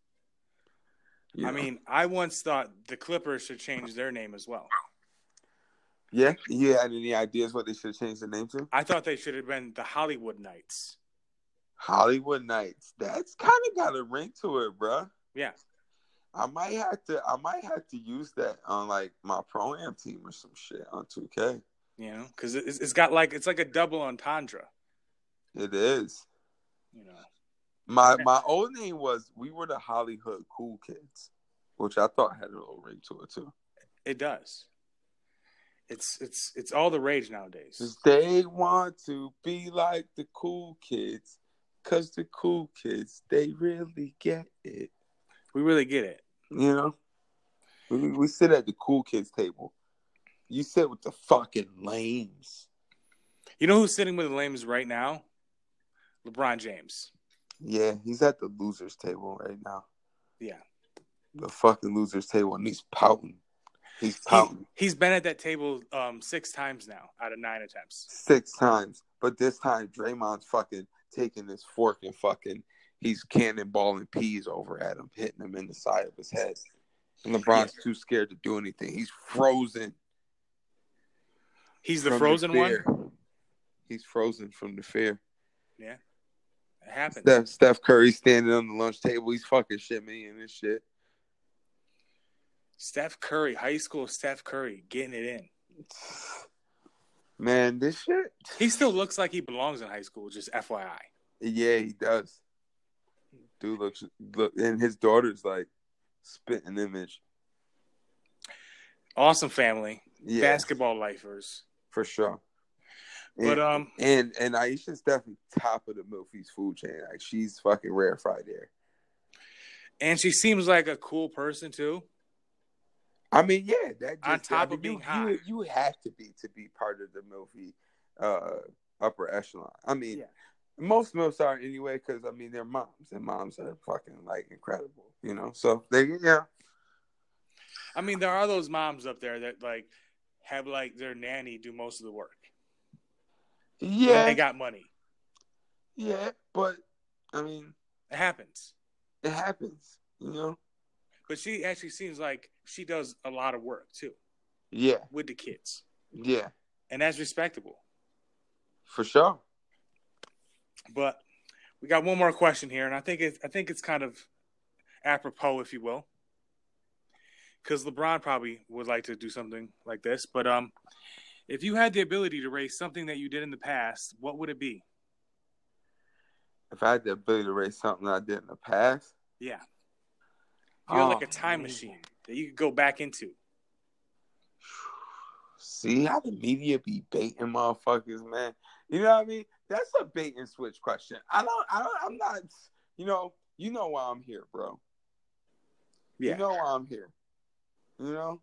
Speaker 1: you
Speaker 2: I
Speaker 1: know.
Speaker 2: mean, I once thought the Clippers should change their name as well.
Speaker 1: yeah, you had any ideas what they should change the name to?
Speaker 2: I thought they should have been the Hollywood Knights.
Speaker 1: Hollywood Nights. That's kind of got a ring to it, bruh.
Speaker 2: Yeah.
Speaker 1: I might have to. I might have to use that on like my pro am team or some shit on 2K.
Speaker 2: You know, because it's, it's got like it's like a double entendre.
Speaker 1: It is.
Speaker 2: You know,
Speaker 1: My my old name was we were the Hollywood Cool Kids, which I thought had a little ring to it too.
Speaker 2: it does. It's it's it's all the rage nowadays.
Speaker 1: 'Cause they want to be like the cool kids. Cause the cool kids, they really get it.
Speaker 2: We really get it.
Speaker 1: You know? We, we sit at the cool kids table. You sit with the fucking lames.
Speaker 2: You know who's sitting with the lames right now? LeBron James.
Speaker 1: Yeah, he's at the losers table right now.
Speaker 2: Yeah.
Speaker 1: The fucking losers table and he's pouting. He's pouting
Speaker 2: He, has been at that table um, six times now out of nine attempts.
Speaker 1: six times. But this time Draymond's fucking taking his fork and fucking he's cannonballing peas over at him, hitting him in the side of his head. And LeBron's too scared to do anything. He's frozen.
Speaker 2: He's the
Speaker 1: from
Speaker 2: frozen one.
Speaker 1: fear. He's frozen from the fear.
Speaker 2: It happens.
Speaker 1: Steph, Steph Curry standing on the lunch table. He's fucking shit me and this shit.
Speaker 2: Steph Curry, high school Steph Curry, getting it in.
Speaker 1: Man, this shit.
Speaker 2: He still looks like he belongs in high school, just FYI.
Speaker 1: Yeah, he does. Dude looks look, and his daughter's like spitting image.
Speaker 2: Awesome family,
Speaker 1: Yeah,
Speaker 2: basketball lifers.
Speaker 1: for sure. And,
Speaker 2: But um,
Speaker 1: and and Aisha's definitely top of the Milfie's food chain. Like she's fucking rarefied there.
Speaker 2: and she seems like a cool person too.
Speaker 1: I mean, yeah, that just,
Speaker 2: On top
Speaker 1: I
Speaker 2: of
Speaker 1: mean,
Speaker 2: being
Speaker 1: you,
Speaker 2: high.
Speaker 1: you, you have to be to be part of the Milfie uh, upper echelon. I mean,
Speaker 2: Yeah.
Speaker 1: most MILFs are anyway because I mean they're moms and moms are fucking like incredible, you know. So they yeah,
Speaker 2: I mean, there are those moms up there that like have like their nanny do most of the work. when
Speaker 1: yeah,
Speaker 2: they got money.
Speaker 1: yeah. But I mean,
Speaker 2: It happens.
Speaker 1: it happens, you know.
Speaker 2: But she actually seems like she does a lot of work too
Speaker 1: Yeah,
Speaker 2: with the kids,
Speaker 1: yeah,
Speaker 2: and that's respectable.
Speaker 1: for sure.
Speaker 2: But we got one more question here, and I think it, I think it's kind of apropos, if you will, because LeBron probably would like to do something like this. But um, if you had the ability to raise something that you did in the past, what would it be?
Speaker 1: If I had the ability to raise something I did in the past,
Speaker 2: Yeah, if you had like
Speaker 1: oh,
Speaker 2: a time
Speaker 1: man.
Speaker 2: machine that you could go back into.
Speaker 1: See how the media be baiting motherfuckers, man. You know what I mean? That's a bait and switch question. I don't, I don't, I'm not. You know, you know why I'm here, bro.
Speaker 2: Yeah,
Speaker 1: You know why I'm here. You know,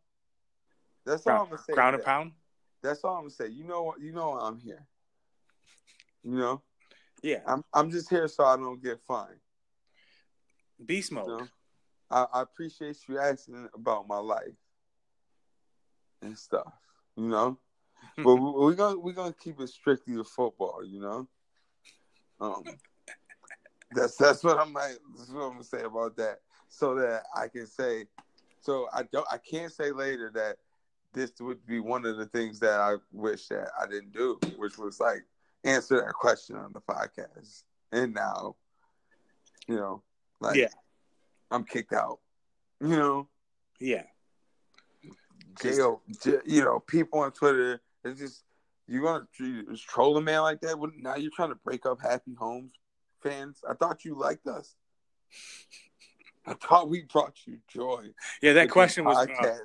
Speaker 1: That's all I'm gonna say.
Speaker 2: Ground
Speaker 1: to
Speaker 2: and
Speaker 1: that.
Speaker 2: pound.
Speaker 1: That's all I'm gonna say. You know what? You know I'm here. You know,
Speaker 2: Yeah,
Speaker 1: I'm I'm just here so I don't get fined.
Speaker 2: beast
Speaker 1: You know?
Speaker 2: mode.
Speaker 1: I, I appreciate you asking about my life and stuff. You know, but we're gonna we're gonna keep it strictly to football. You know, um, that's that's what I'm like. That's what I'm gonna say about that, so that I can say, so I don't I can't say later that this would be one of the things that I wish that I didn't do, which was like answer that question on the podcast. And now, you know, like
Speaker 2: Yeah.
Speaker 1: I'm kicked out. You know,
Speaker 2: Yeah,
Speaker 1: jail. J- you know, people on Twitter. It's just you're gonna tr- just troll a man like that. What- Now you're trying to break up Happy Homes fans. I thought you liked us. I thought we brought you joy.
Speaker 2: yeah.
Speaker 1: with
Speaker 2: That
Speaker 1: this
Speaker 2: question was uh,
Speaker 1: podcast,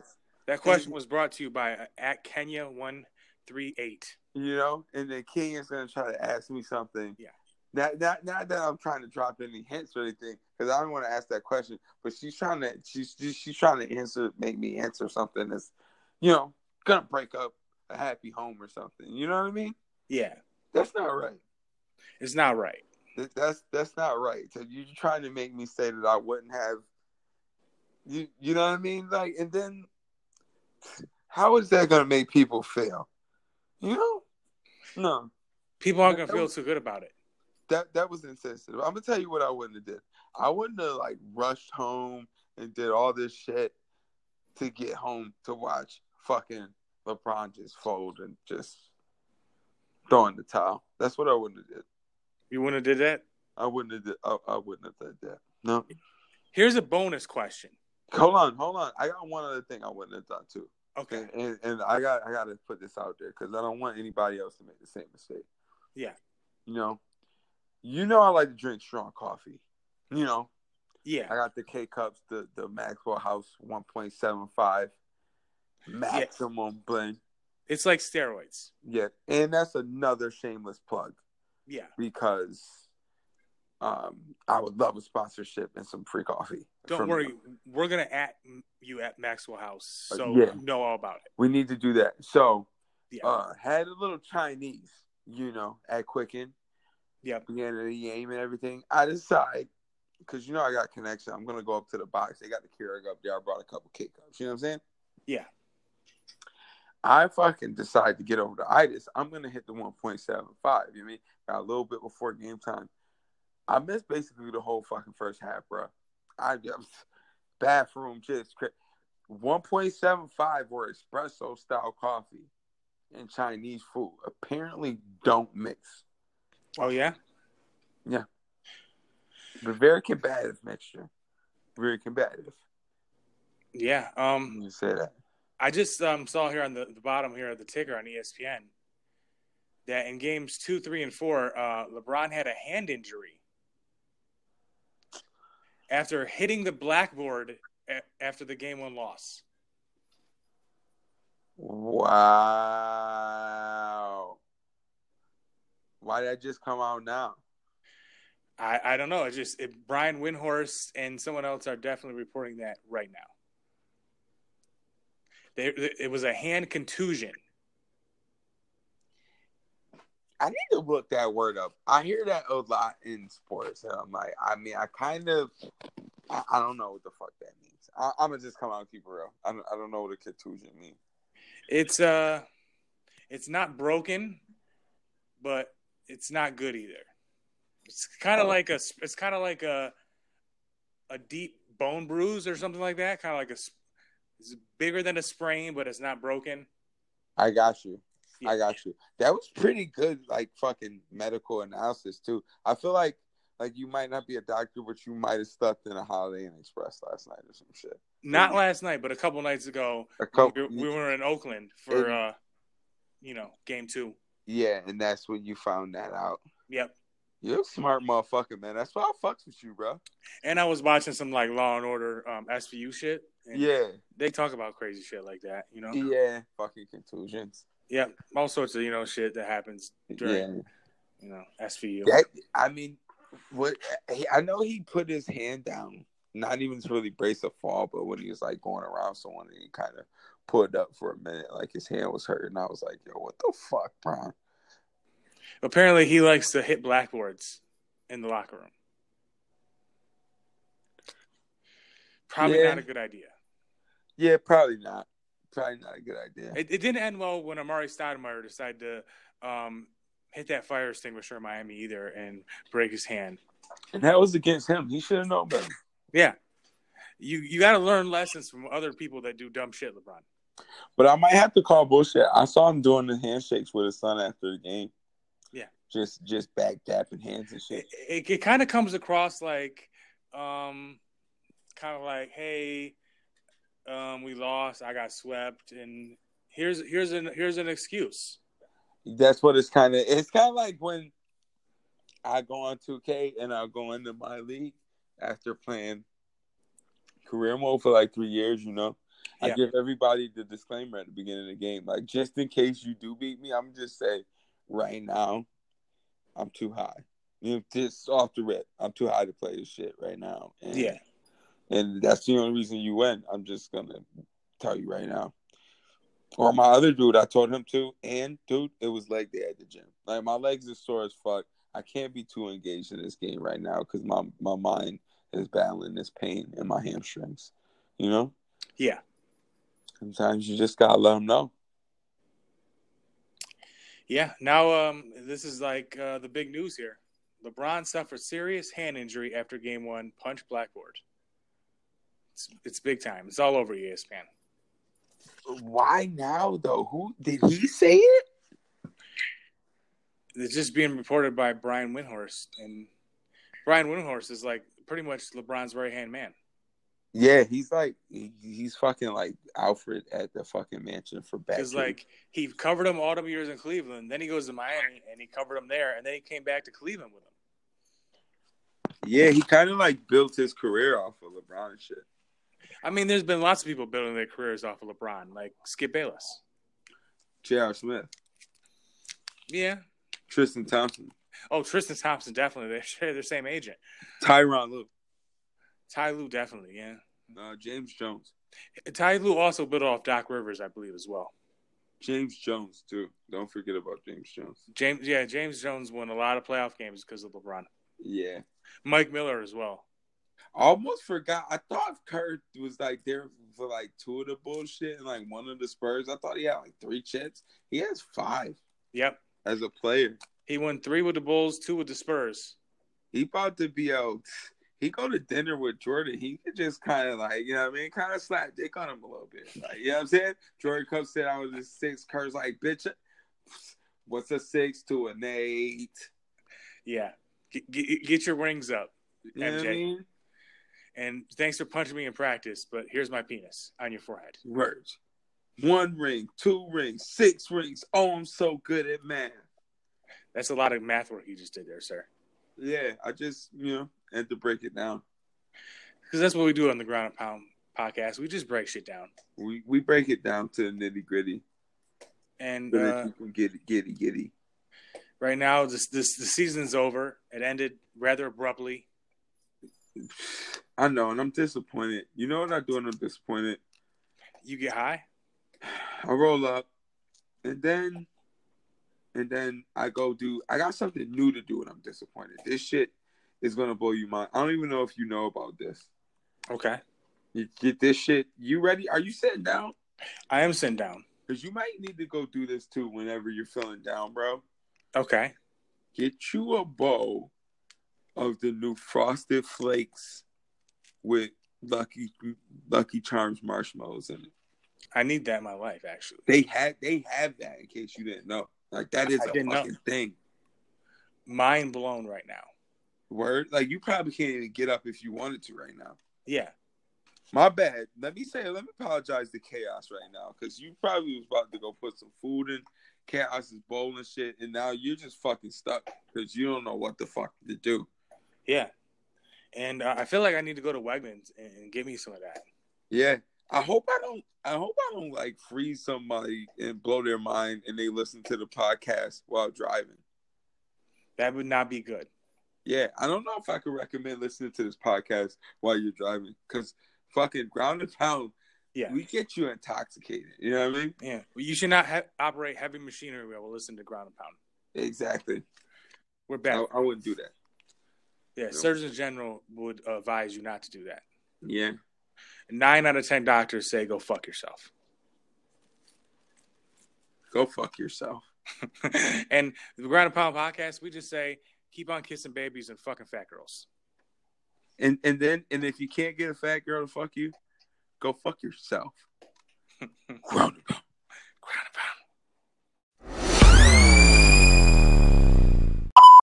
Speaker 2: that question was brought to you by uh, at Kenya one three eight.
Speaker 1: you know, and then King is gonna try to ask me something.
Speaker 2: Yeah.
Speaker 1: Not, not, not that I'm trying to drop any hints or anything, because I don't want to ask that question. But she's trying to, she's she's trying to answer, make me answer something that's, you know, gonna break up a happy home or something. You know what I mean?
Speaker 2: Yeah,
Speaker 1: That's not right.
Speaker 2: it's not right.
Speaker 1: That- That's that's not right. So you're trying to make me say that I wouldn't have you you know what I mean? Like and then how is that gonna make people feel? You know? No.
Speaker 2: People aren't
Speaker 1: That
Speaker 2: gonna feel
Speaker 1: was-
Speaker 2: too good about it.
Speaker 1: That that was insensitive. I'm gonna tell you what I wouldn't have did. I wouldn't have like rushed home and did all this shit to get home to watch fucking LeBron just fold and just throw in the towel. That's what I wouldn't have did.
Speaker 2: You wouldn't have did that.
Speaker 1: I wouldn't have did, I, I wouldn't have done that. No.
Speaker 2: Here's a bonus question.
Speaker 1: Hold on, hold on. I got one other thing I wouldn't have done too,
Speaker 2: Okay.
Speaker 1: and and, and I got I got to put this out there because I don't want anybody else to make the same mistake.
Speaker 2: Yeah.
Speaker 1: You know, you know I like to drink strong coffee. You know,
Speaker 2: Yeah.
Speaker 1: I got the K cups, the the Maxwell House 1.75 maximum blend.
Speaker 2: It's like steroids.
Speaker 1: Yeah, and that's another shameless plug
Speaker 2: Yeah.
Speaker 1: because um I would love a sponsorship and some free coffee.
Speaker 2: Don't
Speaker 1: from
Speaker 2: worry.
Speaker 1: them.
Speaker 2: We're gonna at you at Maxwell House,
Speaker 1: Uh,
Speaker 2: so
Speaker 1: yeah.
Speaker 2: you know all about it.
Speaker 1: We need to do that. So
Speaker 2: Yeah.
Speaker 1: uh, had a little Chinese, you know, at Quicken,
Speaker 2: Yep.
Speaker 1: beginning of the game and everything. I decide, because you know I got connection, I'm gonna go up to the box. They got the Keurig up there. I brought a couple K cups. You know what I'm saying?
Speaker 2: Yeah.
Speaker 1: I fucking decide to get over the itis. I'm gonna hit the 1.75. You know what I mean? Got a little bit before game time. I missed basically the whole fucking first half, bro. I just bathroom just cra- 1.75 or espresso style coffee and Chinese food apparently don't mix.
Speaker 2: Oh yeah.
Speaker 1: They're very combative mixture. Very combative.
Speaker 2: Yeah.
Speaker 1: I'm
Speaker 2: Um,
Speaker 1: gonna say that.
Speaker 2: I just um saw here on the, the bottom here of the ticker on E ESPN that in games two, three, and four, uh, LeBron had a hand injury after hitting the blackboard a- after the game one loss.
Speaker 1: Wow. Why did that just come out now?
Speaker 2: I, I don't know. It's just it, Brian Windhorst and someone else are definitely reporting that right now. They, it was a hand contusion.
Speaker 1: I need to look that word up. I hear that a lot in sports. And I'm like, I mean, I kind of, I, I don't know what the fuck that means. I, I'm gonna just come out and keep it real. I don't, I don't know what a contusion means.
Speaker 2: It's uh, it's not broken, but it's not good either. It's kind
Speaker 1: Oh.
Speaker 2: of like a. sp- It's kind of like a, a deep bone bruise or something like that. Kind of like a. sp- It's bigger than a sprain, but it's not broken.
Speaker 1: I got you.
Speaker 2: Yeah.
Speaker 1: I got you. That was pretty good, like fucking medical analysis too. I feel like like you might not be a doctor, but you might have slept in a Holiday Inn Express last night or some shit.
Speaker 2: Not last night, but a couple nights ago,
Speaker 1: A
Speaker 2: we
Speaker 1: couple, Mm.
Speaker 2: were, we were in Oakland for uh, you know, game two.
Speaker 1: yeah, and that's when you found that out.
Speaker 2: Yep.
Speaker 1: You're a smart motherfucker, man. That's why I fucks with you, bro.
Speaker 2: And I was watching some like Law and Order um, SVU shit. And
Speaker 1: Yeah,
Speaker 2: They talk about crazy shit like that, you know.
Speaker 1: yeah. Fucking contusions.
Speaker 2: Yep. All sorts of you know shit that happens
Speaker 1: Yeah.
Speaker 2: during you know SVU.
Speaker 1: That, I mean, what he- I know he put his hand down, not even to really brace a fall, but when he was like going around someone and he kind of pulled up for a minute, like his hand was hurting. I was like, yo, what the fuck, Brian?
Speaker 2: Apparently, he likes to hit blackboards in the locker room. Probably
Speaker 1: Yeah.
Speaker 2: not a good idea.
Speaker 1: Yeah, probably not. Probably not a good idea.
Speaker 2: It, it didn't end well when Amari Stoudemire decided to um, hit that fire extinguisher in Miami either and break his hand.
Speaker 1: And that was against him. He should have known better.
Speaker 2: Yeah, you you got to learn lessons from other people that do dumb shit, LeBron.
Speaker 1: But I might have to call bullshit. I saw him doing the handshakes with his son after the game.
Speaker 2: Yeah.
Speaker 1: Just just backdapping hands and shit.
Speaker 2: it, it, it kind of comes across like um kind of like hey um we lost i got swept and here's here's an here's an excuse
Speaker 1: That's what it's kind of. It's kind of like when I go on 2K and I'll go into my league after playing career mode for like three years. You know, I
Speaker 2: Yeah.
Speaker 1: give everybody the disclaimer at the beginning of the game, like just in case you do beat me, I'm just say right now I'm too high. You know, just off the rip, I'm too high to play this shit right now. And,
Speaker 2: Yeah.
Speaker 1: and that's the only reason you win. I'm just gonna tell you right now. Or my other dude, I told him to, and dude, it was leg day at the gym. Like my legs are sore as fuck. I can't be too engaged in this game right now because my my mind is battling this pain in my hamstrings. You know,
Speaker 2: yeah
Speaker 1: sometimes you just gotta let them know.
Speaker 2: yeah now um this is like uh, the big news here lebron suffered serious hand injury after game one punch blackboard it's, it's big time it's all over E espn
Speaker 1: Why now though? Who did he say it?
Speaker 2: it's just being reported by brian windhorst and brian windhorst is like pretty much lebron's right hand man
Speaker 1: Yeah, he's like he- he's fucking like Alfred at the fucking mansion for back.
Speaker 2: Because like he covered him all them years in Cleveland, then he goes to Miami and he covered him there, and then he came back to Cleveland with him.
Speaker 1: yeah, he kind of like built his career off of LeBron and shit.
Speaker 2: I mean, there's been lots of people building their careers off of LeBron, like Skip Bayless.
Speaker 1: J.R. Smith,
Speaker 2: Yeah.
Speaker 1: Tristan Thompson,
Speaker 2: Oh, Tristan Thompson definitely. They share their same agent.
Speaker 1: Tyron Lue,
Speaker 2: Ty Lue definitely. Yeah.
Speaker 1: uh, James Jones,
Speaker 2: Ty Lue also built off Doc Rivers, I believe, as well.
Speaker 1: James Jones too. Don't forget about James Jones.
Speaker 2: James, yeah, James Jones won a lot of playoff games because of LeBron.
Speaker 1: Yeah,
Speaker 2: Mike Miller as well.
Speaker 1: I almost forgot. I thought Kurt was like there for like two of the bullshit and like one of the Spurs. I thought he had like three chips. He has five
Speaker 2: Yep.
Speaker 1: as a player.
Speaker 2: He won three with the Bulls, two with the Spurs.
Speaker 1: He about to be out. He go to dinner with Jordan. He could just kind of like, you know what I mean? Kind of slap dick on him a little bit. Like, you know what I'm saying? Jordan Cup said I was a six. Kurt's like, bitch, uh, what's a six to an eight?
Speaker 2: Yeah. Get, get, get your rings up.
Speaker 1: You know what I
Speaker 2: MJ.
Speaker 1: mean?
Speaker 2: and thanks for punching me in practice, but here's my penis on your forehead.
Speaker 1: words. One ring, two rings, six rings. Oh, I'm so good at math.
Speaker 2: That's a lot of math work you just did there, sir.
Speaker 1: Yeah, I just, you know, had to break it down.
Speaker 2: Because that's what we do on the Ground and Pound podcast. We just break shit down.
Speaker 1: We we break it down to the nitty gritty
Speaker 2: And
Speaker 1: so that
Speaker 2: uh,
Speaker 1: you can get it giddy giddy.
Speaker 2: right now, this this the season's over. It ended rather abruptly.
Speaker 1: I know, and I'm disappointed. You know what I do and I'm disappointed? (sighs)
Speaker 2: You get high.
Speaker 1: I roll up and then and then I go do I got something new to do and I'm disappointed. This shit is gonna blow you mind. I don't even know if you know about this.
Speaker 2: Okay,
Speaker 1: You get this shit. You ready? Are you sitting down?
Speaker 2: I am sitting down.
Speaker 1: Cause you might need to go do this too whenever you're feeling down, bro.
Speaker 2: Okay,
Speaker 1: Get you a bowl of the new frosted flakes with lucky lucky charms marshmallows in it.
Speaker 2: I need that in my life actually.
Speaker 1: They had they have that in case you didn't know. Like that is
Speaker 2: I
Speaker 1: a fucking
Speaker 2: didn't know.
Speaker 1: thing.
Speaker 2: Mind blown right now.
Speaker 1: Word. Like you probably can't even get up if you wanted to right now.
Speaker 2: Yeah,
Speaker 1: My bad. Let me say, let me apologize to Chaos right now because you probably was about to go put some food in Chaos's bowl and shit, and now you're just fucking stuck because you don't know what the fuck to do.
Speaker 2: yeah. And uh, I feel like I need to go to Wegmans and, and get me some of that.
Speaker 1: Yeah. I hope I don't I hope I don't like freeze somebody and blow their mind and they listen to the podcast while driving.
Speaker 2: That would not be good.
Speaker 1: Yeah, I don't know if I could recommend listening to this podcast while you're driving because fucking ground and pound
Speaker 2: Yeah.
Speaker 1: we get you intoxicated. You know what I mean?
Speaker 2: Yeah, Well, you should not ha- operate heavy machinery while listening to Ground and Pound.
Speaker 1: Exactly.
Speaker 2: We're back.
Speaker 1: I, I wouldn't do that.
Speaker 2: yeah, Surgeon General would advise you not to do that.
Speaker 1: Yeah.
Speaker 2: Nine out of ten doctors say go fuck yourself. (laughs)
Speaker 1: Go fuck yourself.
Speaker 2: and the Ground and Pound podcast, we just say keep on kissing babies and fucking fat girls.
Speaker 1: And and then and if you can't get a fat girl to fuck you, go fuck yourself. Roundabout.